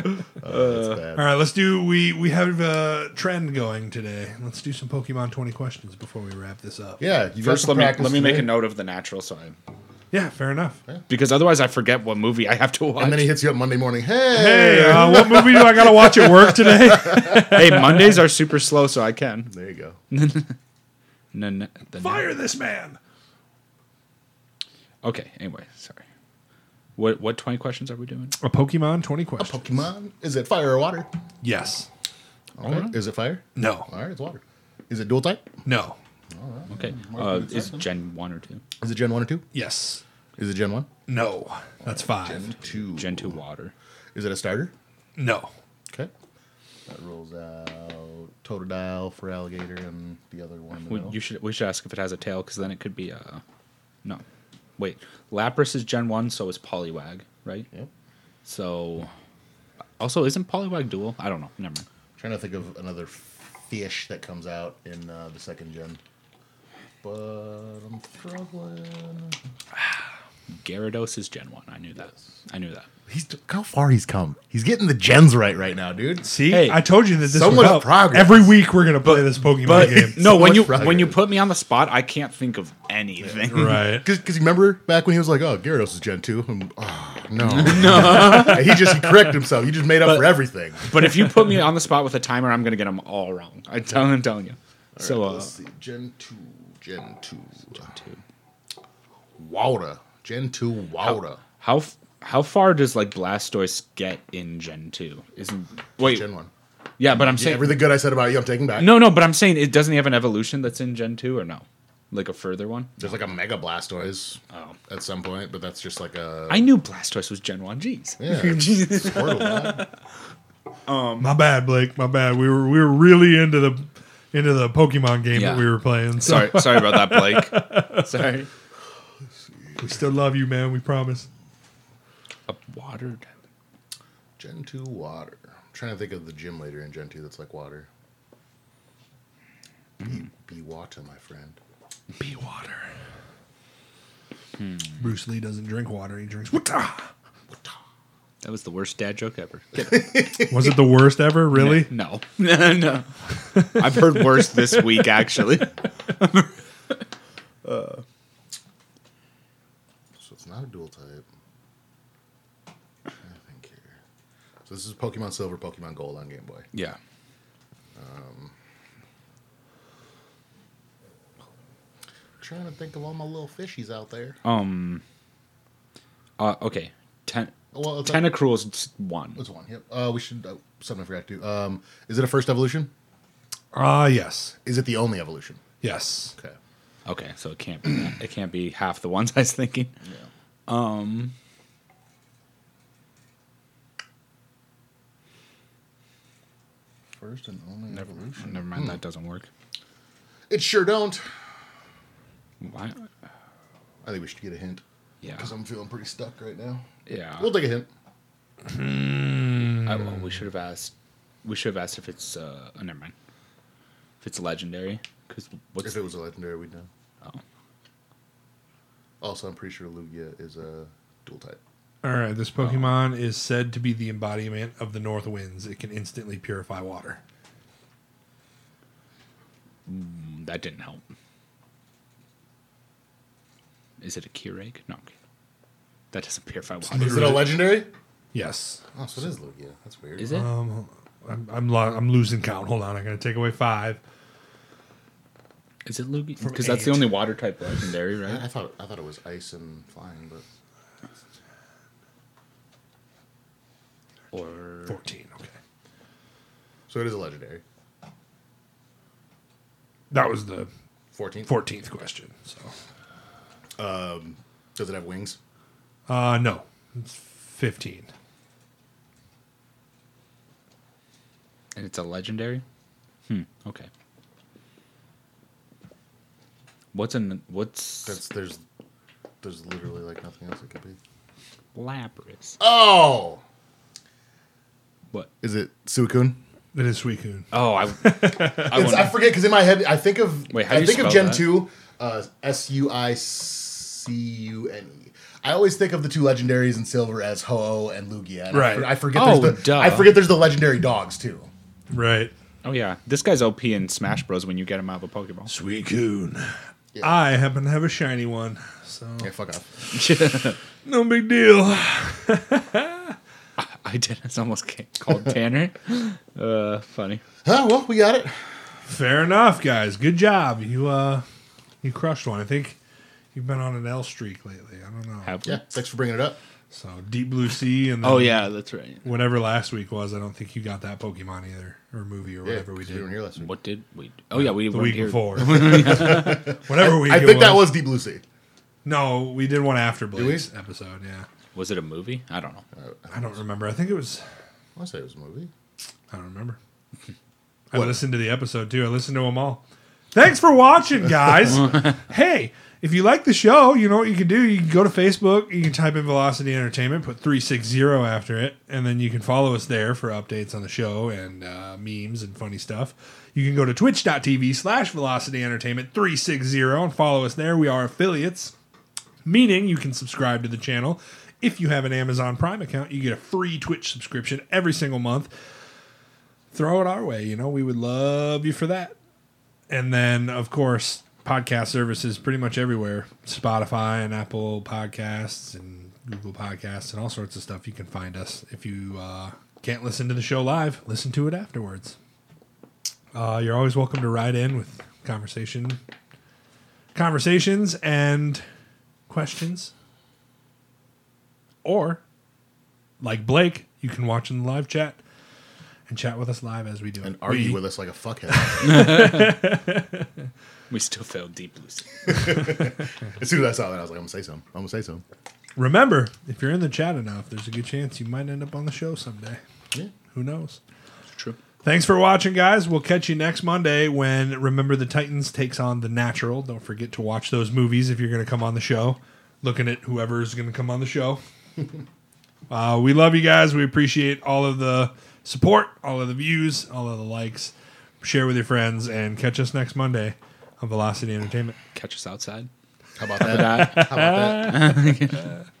Speaker 1: All right, let's do. We we have a trend going today. Let's do some Pokemon 20 questions before we wrap this up.
Speaker 3: yeah,
Speaker 2: First,
Speaker 3: you got
Speaker 2: let
Speaker 3: some
Speaker 2: me
Speaker 3: practice
Speaker 2: let me make
Speaker 3: today.
Speaker 2: a note of the natural side
Speaker 1: Yeah, fair enough.
Speaker 2: because otherwise I forget what movie I have to
Speaker 3: And then he
Speaker 2: watch.
Speaker 3: hits you up Monday morning. Hey,
Speaker 1: Hey, uh, what movie do I gotta watch at work today?
Speaker 2: hey, Mondays are super slow, so I can.
Speaker 3: there you go.
Speaker 2: No, no, the-
Speaker 1: Fire this man.
Speaker 2: Okay. Anyway, sorry. What what twenty questions are we doing?
Speaker 1: A Pokemon 20 questions.
Speaker 3: Pokemon, is it fire or water?
Speaker 1: yes.
Speaker 3: Okay. Is it fire?
Speaker 1: No.
Speaker 3: All right, it's water. Is it dual type?
Speaker 1: No.
Speaker 3: Um,
Speaker 2: Okay. Uh, is Gen one or two?
Speaker 3: Is it Gen one or two?
Speaker 1: Yes.
Speaker 3: Is it Gen one?
Speaker 1: No. That's five.
Speaker 3: Two.
Speaker 2: Gen two water.
Speaker 3: Is it a starter?
Speaker 1: No.
Speaker 3: Okay. That rules out Totodile for alligator and the other one. In the
Speaker 2: We,
Speaker 3: middle.
Speaker 2: you should we should ask if it has a tail because then it could be uh, no, wait. Lapras is Gen one, so is Poliwag, right?
Speaker 3: Yep.
Speaker 2: So, also isn't Poliwag dual? I don't know. Never mind.
Speaker 3: trying to think of another fish that comes out in uh, the second gen. But I'm struggling.
Speaker 2: Gyarados is Gen one. I knew that. I knew that.
Speaker 3: He's look how far he's come. He's getting the gens right right now, dude.
Speaker 1: See,
Speaker 2: Hey,
Speaker 1: I told you that this
Speaker 3: so
Speaker 1: would
Speaker 3: much
Speaker 1: help.
Speaker 3: progress.
Speaker 1: Every week we're gonna play this Pokemon game.
Speaker 2: no,
Speaker 3: So
Speaker 2: when
Speaker 3: much
Speaker 2: you
Speaker 3: progress.
Speaker 2: when you put me on the spot, I can't think of anything.
Speaker 1: Right.
Speaker 3: Because you remember back when he was like, "Oh, Gyarados is Gen 2? And, oh, no, no. he just he corrected himself. He just made up for everything.
Speaker 2: But if you put me on the spot with a timer, I'm gonna get them all wrong. I tell, I'm telling you. so uh,
Speaker 3: Let's see, Gen two, Gen two, Gen two, Wauda, Gen two, Wauda.
Speaker 2: how f- how far does like Blastoise get in Gen two? Isn't wait
Speaker 3: Gen one.
Speaker 2: yeah, but I'm
Speaker 3: Yeah,
Speaker 2: saying
Speaker 3: everything good I said about you, I'm taking back.
Speaker 2: no, no, but I'm saying it doesn't he have an evolution that's in Gen two or no, like a further one.
Speaker 3: There's like a Mega Blastoise
Speaker 2: Oh.
Speaker 3: at some point, but that's just like a
Speaker 2: I knew Blastoise was Gen one. Jeez.
Speaker 3: Yeah.
Speaker 2: Jesus.
Speaker 3: Squirtle. huh?
Speaker 1: My bad, Blake. My bad. We were we were really into the into the Pokemon game
Speaker 2: Yeah.
Speaker 1: that we were playing. So
Speaker 2: sorry, sorry about that, Blake. Sorry.
Speaker 1: we still love you, man. We promise.
Speaker 2: A water.
Speaker 3: Gen two water. I'm trying to think of the gym later in Gen two that's like water.
Speaker 2: Hmm.
Speaker 3: Be, be water, my friend.
Speaker 1: Be water. Bruce Lee doesn't drink water. He drinks water.
Speaker 2: That was the worst dad joke ever.
Speaker 1: Was it the worst ever? Really?
Speaker 2: No, no, no. I've heard worse this week, actually.
Speaker 3: So it's not a dual type. I think here. So this is Pokemon Silver, Pokemon Gold on Game Boy.
Speaker 2: Yeah.
Speaker 3: trying to think of all my little fishies out there.
Speaker 2: Um. Uh. Okay. Ten.
Speaker 3: Well, it's,
Speaker 2: Tentacruel's just one.
Speaker 3: it's one. Yep. Uh, we should. Uh, something I forgot to do. Um, is it a first evolution?
Speaker 1: Ah, yes,
Speaker 3: Is it the only evolution?
Speaker 1: yes.
Speaker 3: Okay.
Speaker 2: Okay, so it can't be. That. It can't be half the ones I was thinking.
Speaker 3: Yeah.
Speaker 2: Um.
Speaker 3: First and only
Speaker 2: Never,
Speaker 3: evolution.
Speaker 2: never mind. That doesn't work.
Speaker 3: It sure don't.
Speaker 2: Why?
Speaker 3: I think we should get a hint
Speaker 2: Yeah. Uh,
Speaker 3: because I'm feeling pretty stuck right now.
Speaker 2: Yeah.
Speaker 3: We'll take a hint.
Speaker 2: I, well, we should have asked. We should have asked if it's. Uh, oh, never mind. If it's legendary, because what's
Speaker 3: If it was a legendary, we'd know.
Speaker 2: oh.
Speaker 3: Also, I'm pretty sure Lugia is a dual type.
Speaker 1: All right, this Pokemon is said to be the embodiment of the North Winds. It can instantly purify water.
Speaker 2: That didn't help. Is it a Keurig? No. okay. That doesn't purify water.
Speaker 3: Is it a legendary?
Speaker 1: Yes.
Speaker 3: Oh, so it is Lugia. That's weird.
Speaker 2: Is it? um,
Speaker 1: I'm I'm, lo- I'm losing count. Hold on, I'm gonna take away five.
Speaker 2: Is it Lugia?
Speaker 1: From
Speaker 2: Because that's the
Speaker 1: eight.
Speaker 2: only water type legendary,
Speaker 3: I, I
Speaker 2: right?
Speaker 3: thought I thought it was ice and flying, but
Speaker 2: Or
Speaker 1: Fourteen. Okay.
Speaker 3: so it is a legendary.
Speaker 1: That was the
Speaker 3: 14.
Speaker 1: fourteenth question. So,
Speaker 3: Does it have wings?
Speaker 1: uh, no, it's fifteen.
Speaker 2: and it's a legendary. Hmm. Okay. What's an what's
Speaker 3: That's there's there's literally like nothing else it could be.
Speaker 2: Lapras?
Speaker 3: Oh,
Speaker 2: What?
Speaker 3: is it Suicune?
Speaker 1: That is Suicune.
Speaker 2: Oh, I. I,
Speaker 3: It's, I
Speaker 2: wonder,
Speaker 3: forget because in my head I think of
Speaker 2: Wait, how do
Speaker 3: I
Speaker 2: you
Speaker 3: think of
Speaker 2: spell
Speaker 3: Gen
Speaker 2: that?
Speaker 3: two, uh, S U I C U N E. I always think of the two legendaries in silver as Ho-Oh and Lugia. And I
Speaker 1: Right.
Speaker 3: for- I, forget.
Speaker 2: Oh,
Speaker 3: there's the,
Speaker 2: duh.
Speaker 3: I forget there's the legendary dogs too.
Speaker 1: Right.
Speaker 2: oh yeah, this guy's OP in Smash Bros. When you get him out of a Pokeball.
Speaker 1: Suicune. I happen to have a shiny one, so
Speaker 3: Yeah, fuck off.
Speaker 1: no big deal.
Speaker 2: I did. It's almost ca- called Tanner. uh, funny.
Speaker 3: Huh? Well, we got it.
Speaker 1: Fair enough, guys. Good job. You uh, you crushed one. I think you've been on an L streak lately. I don't know.
Speaker 2: Have we?
Speaker 3: Yeah. Thanks for bringing it up.
Speaker 1: So deep blue sea and then
Speaker 2: Oh yeah, that's right.
Speaker 1: whatever last week was. I don't think you got that Pokemon either or movie or
Speaker 3: Yeah,
Speaker 1: whatever we
Speaker 3: 'cause
Speaker 1: did.
Speaker 3: weren't here last week.
Speaker 2: What did we? Oh yeah, we
Speaker 1: the
Speaker 2: weren't
Speaker 1: week
Speaker 2: here.
Speaker 1: before, whatever week.
Speaker 3: I
Speaker 1: it
Speaker 3: think that was Deep Blue Sea.
Speaker 1: no. We did one after Blaze episode. Yeah,
Speaker 2: Was it a movie? I don't know.
Speaker 1: I don't remember. I think it was.
Speaker 3: I say it was a movie.
Speaker 1: I don't remember. I listened to the episode too. I listened to them all. Thanks for watching, guys. hey, if you like the show, you know what you can do. You can go to Facebook, you can type in Velocity Entertainment, put 360 after it, and then you can follow us there for updates on the show and uh, memes and funny stuff. You can go to twitch.tv slash Velocity Entertainment 360 and follow us there. We are affiliates meaning you can subscribe to the channel. If you have an Amazon Prime account, you get a free Twitch subscription every single month. Throw it our way, you know, we would love you for that. And then, of course, podcast services pretty much everywhere Spotify and Apple Podcasts and Google Podcasts and all sorts of stuff. You can find us. If you uh, can't listen to the show live, listen to it afterwards. Uh, you're always welcome to ride in with conversation, conversations, and questions, or like Blake, you can watch in the live chat and chat with us live as we do.
Speaker 3: And
Speaker 1: it.
Speaker 3: argue
Speaker 1: We-
Speaker 3: with us like a fuckhead.
Speaker 2: We still failed Deep Blue Sea.
Speaker 3: as soon as I saw that, I was like, I'm gonna say something. I'm gonna say something.
Speaker 1: Remember, if you're in the chat enough, there's a good chance you might end up on the show someday.
Speaker 3: Yeah.
Speaker 1: Who knows?
Speaker 2: True.
Speaker 1: Thanks for watching, guys. We'll catch you next Monday when Remember the Titans takes on The Natural. Don't forget to watch those movies if you're going to come on the show. Looking at whoever's going to come on the show. uh, we love you guys. We appreciate all of the support, all of the views, all of the likes. Share with your friends and catch us next Monday on Velocity Entertainment.
Speaker 2: Catch us outside.
Speaker 3: How about that?
Speaker 2: That-
Speaker 3: How about that?